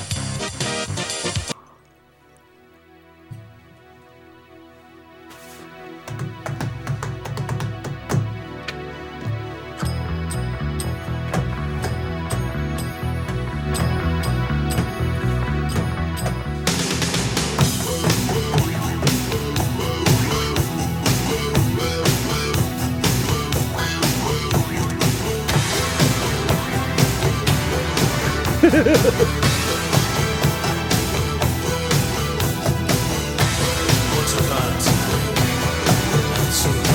What's the matter? So long.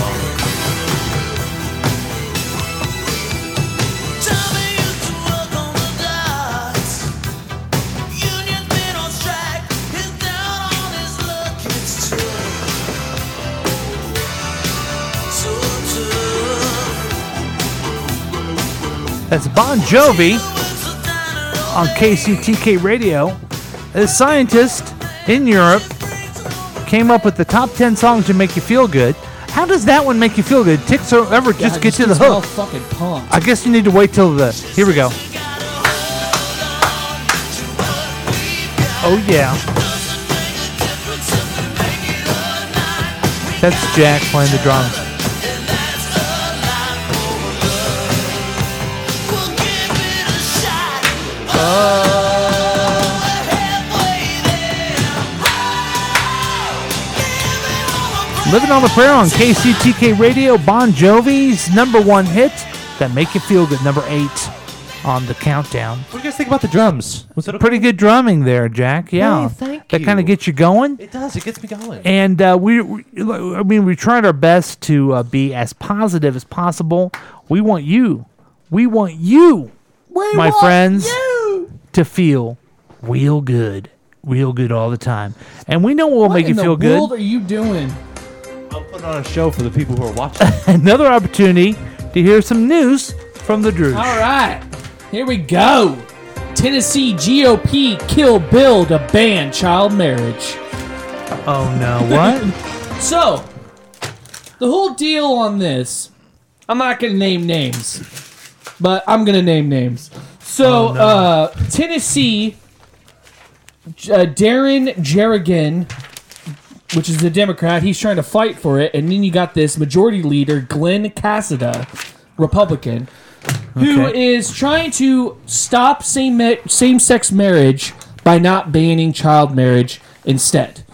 Tell me you to work on the dots. Union's been on strike. He's down on his luck. It's tough. So tough. That's Bon Jovi on KCTK Radio. A scientist in Europe came up with the top 10 songs to make you feel good. How does that one make you feel good? Ticks or ever just get to the All hook. fucking pumped. I guess you need to wait till the. Here we go. Oh, yeah. That's Jack playing the drums. Living on the Prayer on KCTK Radio, Bon Jovi's number one hit that make you feel good. Number eight on the countdown. What do you guys think about the drums? Was it pretty good drumming there, Jack? Yeah, Hey, thank that kind of you. gets you going. It does. It gets me going. And uh, we, we, I mean, we tried our best to uh, be as positive as possible. We want you, we want you, my want friends, to feel real good, real good all the time. And we know we'll make you in the feel good. world are you doing? I'm putting on a show for the people who are watching. Another opportunity to hear some news from the Drew. All right, here we go. Tennessee GOP kill bill to ban child marriage. Oh no, what? so, the whole deal on this, I'm not gonna name names, but I'm gonna name names. So, uh, Tennessee, J- uh, Darren Jerrigan which is the Democrat. He's trying to fight for it, and then you got this majority leader, Glenn Cassada, Republican, who is trying to stop same same sex marriage by not banning child marriage instead.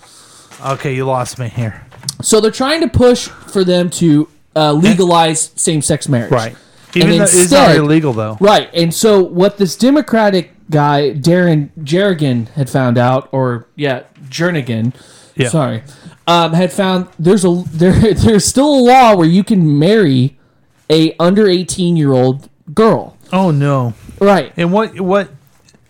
Okay, you lost me here. So they're trying to push for them to uh, legalize same sex marriage. Right. Even though it's not illegal, though. Right. And so what this Democratic guy, Darren Jernigan, had found out, or yeah, Jernigan, Yeah. sorry, um, had found there's a there there's still a law where you can marry a under 18 year old girl. Oh no. Right. And what what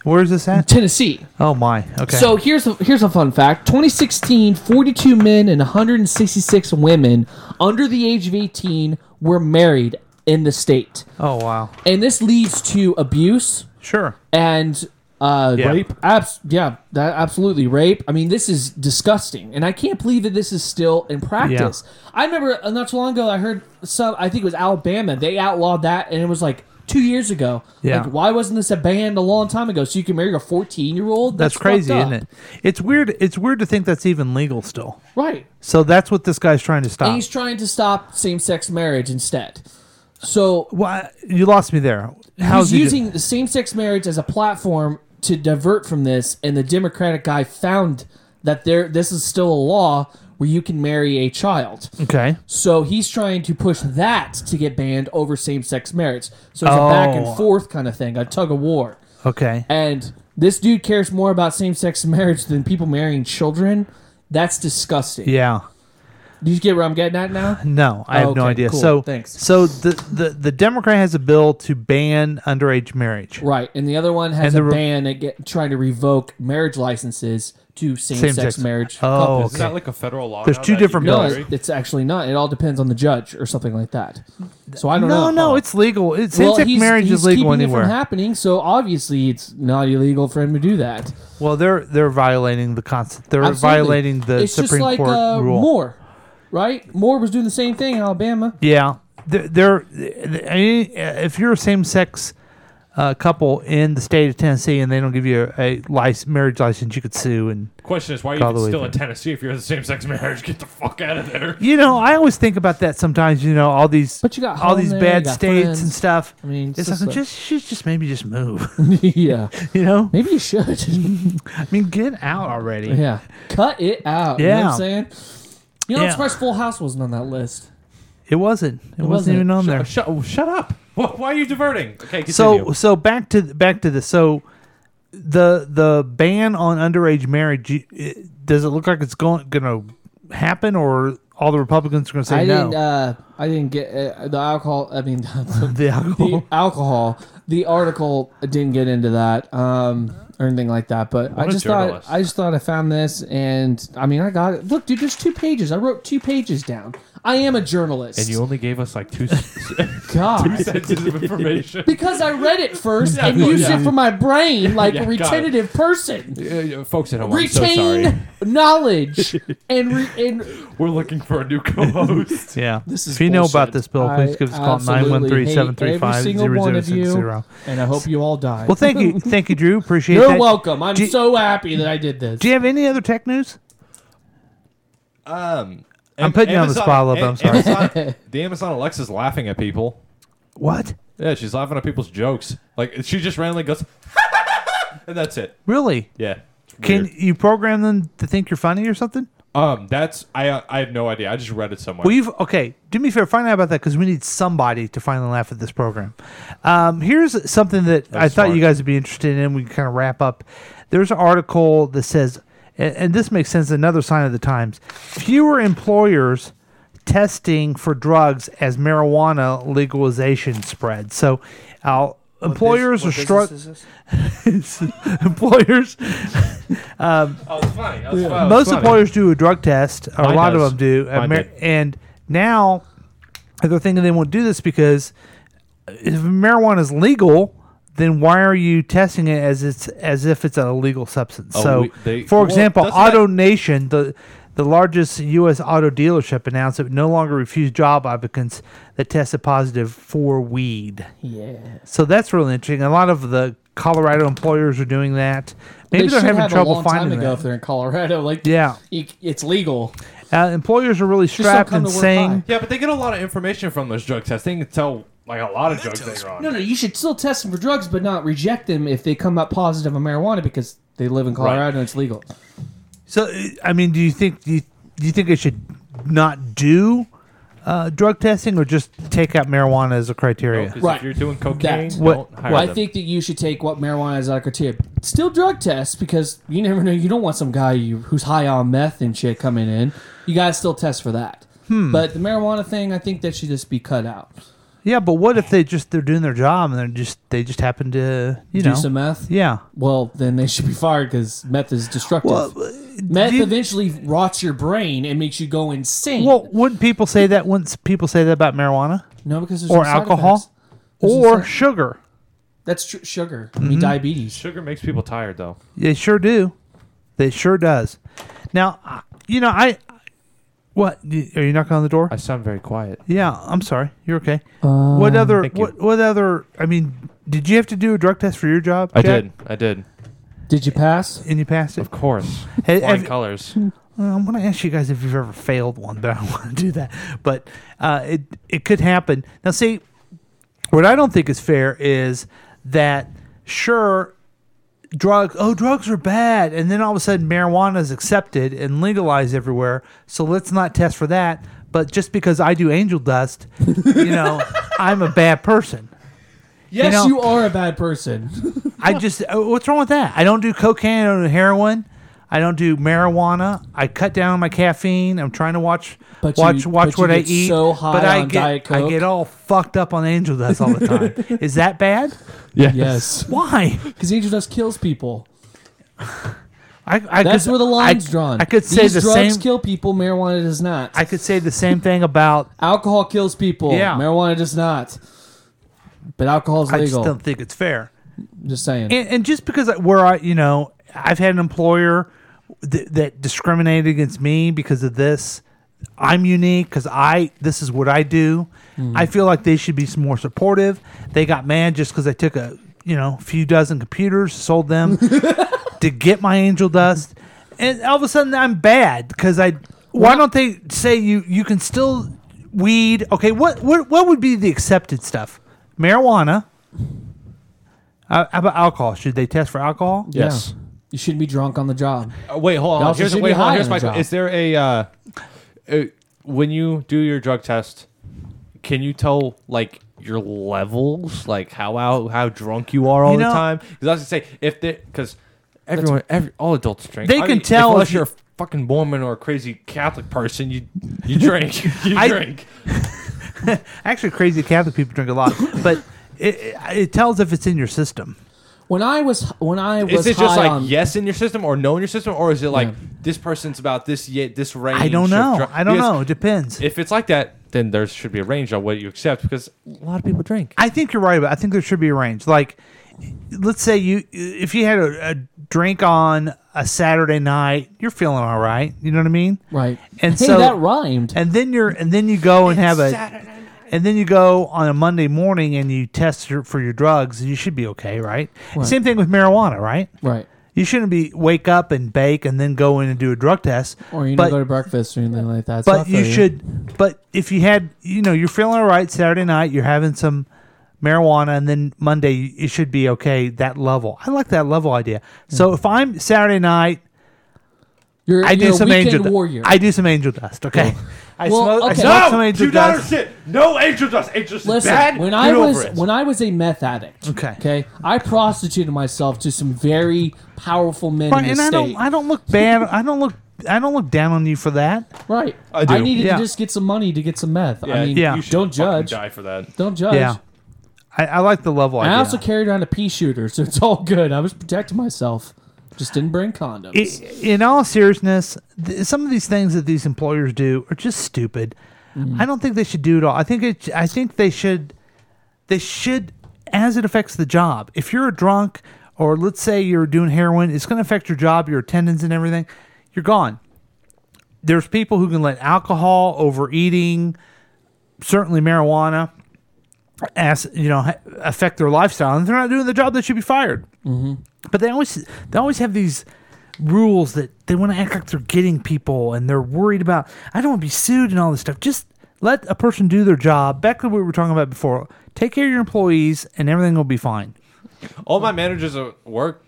where is this at? Tennessee. Oh my. Okay. So here's a, here's a fun fact. 2016, 42 men and 166 women under the age of 18 were married in the state. Oh wow. And this leads to abuse. Sure. And uh, Yeah. rape. Abs- yeah, that absolutely rape. I mean, this is disgusting, and I can't believe that this is still in practice. I remember uh, not too long ago, I heard some. I think it was Alabama. They outlawed that, and it was like. Two years ago, Yeah. like why wasn't this a banned a long time ago? So you can marry a fourteen-year-old. that's crazy, isn't it? It's weird it's weird to think that's even legal still. Right. So that's what this guy's trying to And stop. he's trying to stop same-sex marriage instead. So why You lost me there. he's How's he do- using the same-sex marriage as a platform to divert from this, and the Democratic guy found that there this is still a law where you can marry a child. Okay. So he's trying to push that to get banned over same-sex marriage. So it's a Oh. back and forth kind of thing, a tug of war. Okay. And this dude cares more about same-sex marriage than people marrying children. That's disgusting. Yeah. Do you get where I'm getting at now? No, I have no Okay, idea. cool. So thanks. So the, the the Democrat has a bill to ban underage marriage. Right, and the other one has And the a re- ban at get, trying to revoke marriage licenses to same-sex Same-sex. marriage. Oh, couples. okay. Is that like a federal law There's now two that you different can No, bills. it- it's actually not. It all depends on the judge or something like that. So I don't no, know. Oh. no, it's legal. It's Well, same-sex he's- marriage he's is legal keeping It anywhere. from happening, so obviously it's not illegal for him to do that. well, they're they're violating the const. They're Absolutely. violating the it's Supreme just like, Court uh, rule. Moore, right? Moore was doing the same thing in Alabama. Yeah, they're, they're any- if you're a same-sex uh, couple in the state of Tennessee and they don't give you a, a lic- marriage license, you could sue. And Question is, why are go all the you way still in through. Tennessee if you're in the same sex marriage? Get the fuck out of there. You know, I always think about that sometimes. You know, all these But you got all home these there, you bad got states and friends. stuff. I mean, it's just like, like- just, just just maybe just move. yeah, you know, maybe you should. I mean, get out already. Yeah, cut it out. You know what Yeah. I'm saying? You know, Yeah. I'm surprised Full House wasn't on that list. It wasn't. It, It wasn't, wasn't. even on Shut- there. shut, shut up. Why why are you diverting? Okay, continue. so so back to back to this. So the the ban on underage marriage. you- it- Does it look like it's going going to happen, or all the Republicans are going to say I no? didn't. Uh, I didn't get uh, the alcohol. I mean, the, alcohol. The alcohol. The article didn't get into that um, or anything like that. But What I a just thought journalist. I just thought I found this, and I mean, I got it. Look, dude, there's two pages. I wrote two pages down. I am a journalist. and you only gave us like two, s- God. two sentences of information. because I read it first Yeah, and well, used yeah. it for my brain like Yeah, a got it. retentive person. Uh, yeah, folks at home, I'm so Retain sorry. knowledge and, re- and We're looking for a new co-host. yeah. if you know about this bill, please I give us a call absolutely 913 hate every 735 single one of you, And I hope you all die. Well, thank you. Thank you, Drew. Appreciate You're that. welcome. I'm so happy that I did this. Do you have any other tech news? Um, I'm Am- putting you on the Amazon- spot a little bit, A- I'm sorry. Amazon- the Amazon Alexa's laughing at people. What? Yeah, she's laughing at people's jokes. Like she just randomly goes, and that's it. Really? Yeah. it's Can weird. you program them to think you're funny or something? um, that's I. I have no idea. I just read it somewhere. Well, you've okay. Do me a favor, find out about that because we need somebody to finally laugh at this program. Um, here's something that I thought you guys would be interested in. We can kind of wrap up. There's an article that says, and, and this makes sense. Another sign of the times: fewer employers testing for drugs as marijuana legalization spreads. So, our employers bus- what are business struggling. employers. um, Oh, funny. That was funny. yeah. That was Most funny. employers do a drug test. A Mine lot does. of them do. Mine Amer- did. and now they're thinking they won't do this because if marijuana is legal, then why are you testing it as it's as if it's an illegal substance? Oh, so, we- they- for well, example, doesn't Auto Nation, the the largest U.S. auto dealership, announced it would no longer refuse job applicants that tested positive for weed. Yeah. So that's really interesting. A lot of the Colorado employers are doing that. Maybe They they're should having have trouble a long time finding ago that. if they're in Colorado. Like, Yeah. you- it's legal. Uh, employers are really don't strapped come and to work saying, Yeah, but they get a lot of information from those drug tests. They can tell like a lot of drugs that you're on. No, no, you should still test them for drugs, but not reject them if they come up positive on marijuana because they live in Colorado and it's legal. So, uh, I mean, do you think do you, do you think it should not do uh, drug testing or just take out marijuana as a criteria? Because if you're doing cocaine, That. What- don't hire I them. think that you should take what marijuana is out of criteria. Still drug tests because you never know. You don't want some guy you, who's high on meth and shit coming in. You guys still test for that. Hmm. But the marijuana thing, I think that should just be cut out. Yeah, but what if they just they're doing their job and they're just they just happen to you Do know some meth? Yeah. Well, then they should be fired because meth is destructive. Well, meth eventually rots your brain and makes you go insane. Well, wouldn't people say that? Wouldn't people say that about marijuana? No, because there's or no side alcohol effects. There's no or side- sugar. That's tr- sugar. I mean, Mhm. diabetes. Sugar makes people tired, though. They sure do. They sure does. Now, I- you know, I. What y- are you knocking on the door? I sound very quiet. Yeah, I'm sorry. You're okay. what other? Um, Thank you. What, what other? I mean, did you have to do a drug test for your job? I Jack? did. I did. Did you pass? And you passed it. Of course. Hey, Flying have- colors. Well, Uh, I'm going to ask you guys if you've ever failed one, but I don't want to do that. But uh, it it could happen. Now, see, what I don't think is fair is that sure, drugs oh drugs are bad, and then all of a sudden marijuana is accepted and legalized everywhere. So let's not test for that. But just because I do angel dust, you know, I'm a bad person. Yes, you, know- are a bad person. I just uh, what's wrong with that? I don't do cocaine. I don't do heroin. I don't do marijuana. I cut down on my caffeine. I'm trying to watch But you- watch watch but you what I get eat. so high but I on get Diet I Coke. get all fucked up on angel dust all the time. Is that bad? Yes. Yes. Why? Because angel dust kills people. I, I That's could- where the line's I- drawn. I could say These the drugs same- kill people. Marijuana does not. I could say the same thing about alcohol kills people. Yeah. marijuana does not. But alcohol's I just legal. don't think it's fair. Just saying. And, and just because I, where I, you know, I've had an employer th- that discriminated against me because of this. I'm unique because I this is what I do. I feel like they should be some more supportive. They got mad just because I took a you know few dozen computers, sold them to get my angel dust, and all of a sudden I'm bad because I. Why don't they say you you can still weed? Okay, what what what would be the accepted stuff? Marijuana. Uh, how about alcohol? Should they test for alcohol? Yes. You shouldn't be drunk on the job. Uh, wait, hold You on. also Here's, should wait, be hold on. high Here's on my. the job. Is there a uh, uh, when you do your drug test? Can you tell like your levels, like how how, how drunk you are all You the know- time? Because I was gonna say if they because everyone every all adults drink. They I can mean, tell unless if you- you're a fucking Mormon or a crazy Catholic person. You you drink. you I- drink. Actually, crazy Catholic people drink a lot, but it, it, it tells if it's in your system. When I was when I Is was it high just like on yes in your system or no in your system, or is it like this person's about this yet this range? I don't of know. dr- I don't Because know. It depends. If it's like that, then there should be a range on what you accept because a lot of people drink. I think you're right about. I think there should be a range. Like, let's say you if you had a, a drink on a Saturday night, you're feeling all right. You know what I mean? Right. And Hey, so that rhymed. And then you're and then you go and have a. And then you go on a Monday morning and you test your, for your drugs. You should be okay, right? Right. Same thing with marijuana, right? Right. You shouldn't be wake up and bake and then go in and do a drug test. or you know but go to breakfast or anything like that. It's not but for you should. But if you had, you know, you're feeling all right Saturday night, you're having some marijuana, and then Monday you- you should be okay. That level, I like that level idea. So if I'm Saturday night, You're, I do you're a some weekend angel. du- warrior. I do some angel dust. Okay, I Well, smoke. I okay. smoke No! some angel Two dollar dust. shit. No angel dust. Angel dust is Listen, bad. when Get I over was it. when I was a meth addict, okay, okay, I prostituted myself to some very powerful men Right, in and the I state. don't. I don't look bad. I don't look. I don't look down on you for that. Right. I do. needed Yeah. to just get some money to get some meth. I mean, yeah. don't judge. Die for that. Don't judge. Yeah, I, I like the level And I idea. also carried around a pea shooter, so it's all good. I was protecting myself. Just didn't bring condoms. I- in all seriousness, th- some of these things that these employers do are just stupid. I don't think they should do it all. I think it. I think they should. They should, as it affects the job. If you're a drunk, or let's say you're doing heroin, it's going to affect your job, your attendance, and everything. You're gone. There's people who can let alcohol, overeating, certainly marijuana, as you know ha- affect their lifestyle, and if they're not doing the job, they should be fired. Mm-hmm. But they always they always have these rules that they want to act like they're getting people, and they're worried about. I don't want to be sued and all this stuff. Just let a person do their job. Back to what we were talking about before. Take care of your employees, and everything will be fine. All my managers at work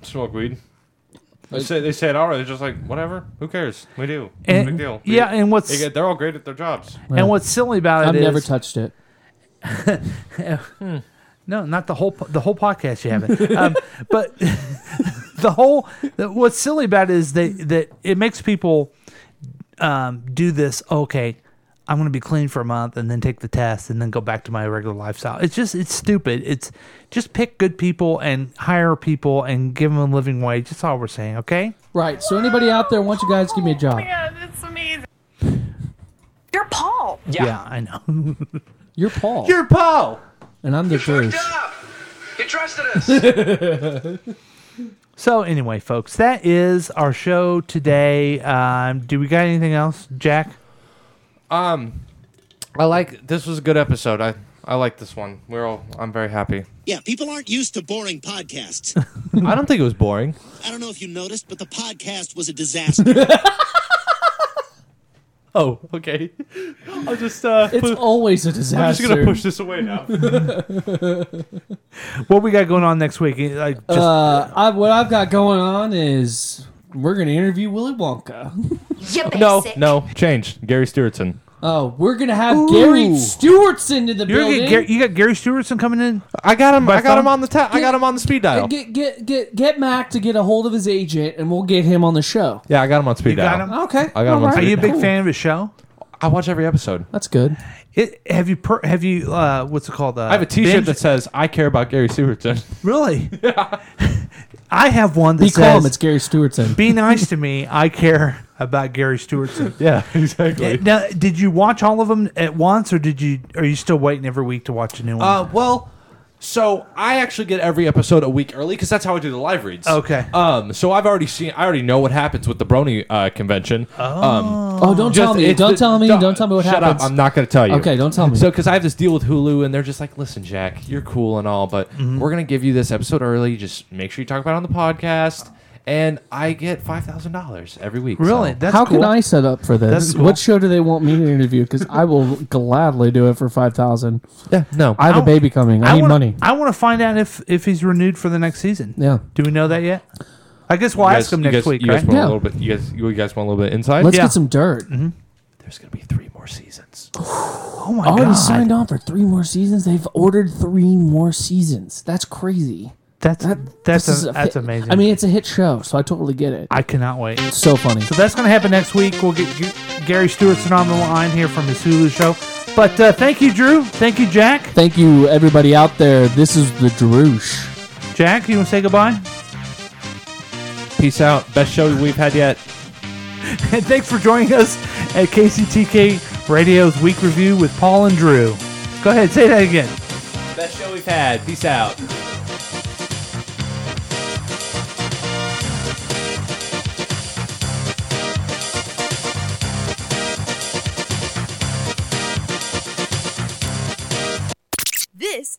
smoke weed. They say they say it all right. They're just like whatever. Who cares? We do. And- Big deal. yeah, We- and what's- they get- they're all great at their jobs. And what's silly about I've it never is- touched it. No, not the whole po- the whole podcast you haven't. um, but the whole the, what's silly about it is that that it makes people um, do this. Okay, I'm going to be clean for a month and then take the test and then go back to my regular lifestyle. It's just it's stupid. It's just pick good people and hire people and give them a living wage. That's all we're saying. Okay. Right. So anybody out there, wants you guys give me a job? Yeah, that's amazing. You're Paul. I know. You're Paul. You're Paul. And I'm the first. You trusted So anyway, folks, that is our show today. Um, do we got anything else, Jack? Um, I like this was a good episode. I I like this one. We're all I'm very happy. Yeah, people aren't used to boring podcasts. I don't think it was boring. I don't know if you noticed, but the podcast was a disaster. Oh, okay. I'll just uh It's pu- always a I'm just gonna disaster. push this away now. What we got going on next week? Eh, Like just uh, I, what I've got going on is we're gonna interview Willy Wonka. no, no, change. Gary Stewartson. Oh, we're gonna have Gary Ooh. Stewartson in You're the gonna building. get Gary- you got Gary Stewartson coming in. I got him. By I got him phone? on the ta- I got him on the speed dial. Get get get get Mac to get a hold of his agent, and we'll get him on the show. Yeah, I got him on speed You got dial. him? Okay. I got him. On Alright. speed Are you a big dial. fan of his show? I watch every episode. That's good. It, have you per, have you uh, what's it called? Uh, I have a T-shirt binge- that says "I care about Gary Stewartson." really. I have one that Be says, calm. It's Gary Stewartson. "Be nice to me. I care about Gary Stewartson." yeah, exactly. Now, did you watch all of them at once, or did you? Are you still waiting every week to watch a new one? Uh, well, so I actually get every episode a week early because that's how I do the live reads. Uh, Okay. Um, so I've already seen, I already know what happens with the Brony uh, convention. Oh. Um, Oh, don't tell me. it's Don't the- tell me. Don't tell me what Shut happens. up! I'm not going to tell you. Okay, don't tell me. So, because I have this deal with Hulu, and they're just like, "Listen, Jack, you're cool and all, but Mm-hmm. we're going to give you this episode early. Just make sure you talk about it on the podcast." And I get five thousand dollars every week. so- how can I set up for this? That's cool. What show do they want me to interview? Because I will gladly do it for five thousand. Yeah, no. I have a I- baby coming. I, need wanna, money. I want to find out if if he's renewed for the next season. Yeah. Do we know that yet? I guess we'll you ask guys- him you next guys- week, You guys right? want a little bit. You guys, you guys want a little bit inside. Let's get some dirt. There's going to be three more seasons. Oh my Already God. signed on for three more seasons. They've ordered three more seasons. That's crazy. That's that's this is a- a that's hit- amazing. I mean, it's a hit show, so I totally get it. I cannot wait. So funny. So that's going to happen next week. We'll get G- Gary Stewartson on the line here from his Hulu show. But uh, thank you, Drew. Thank you, Jack. Thank you, everybody out there. This is the Droosh. Jack, you want to say goodbye? Peace out. Best show we've had yet. and thanks for joining us at KCTK Radio's Week Review with Paul and Drew. Go ahead, say that again. Best show we've had. Peace out. This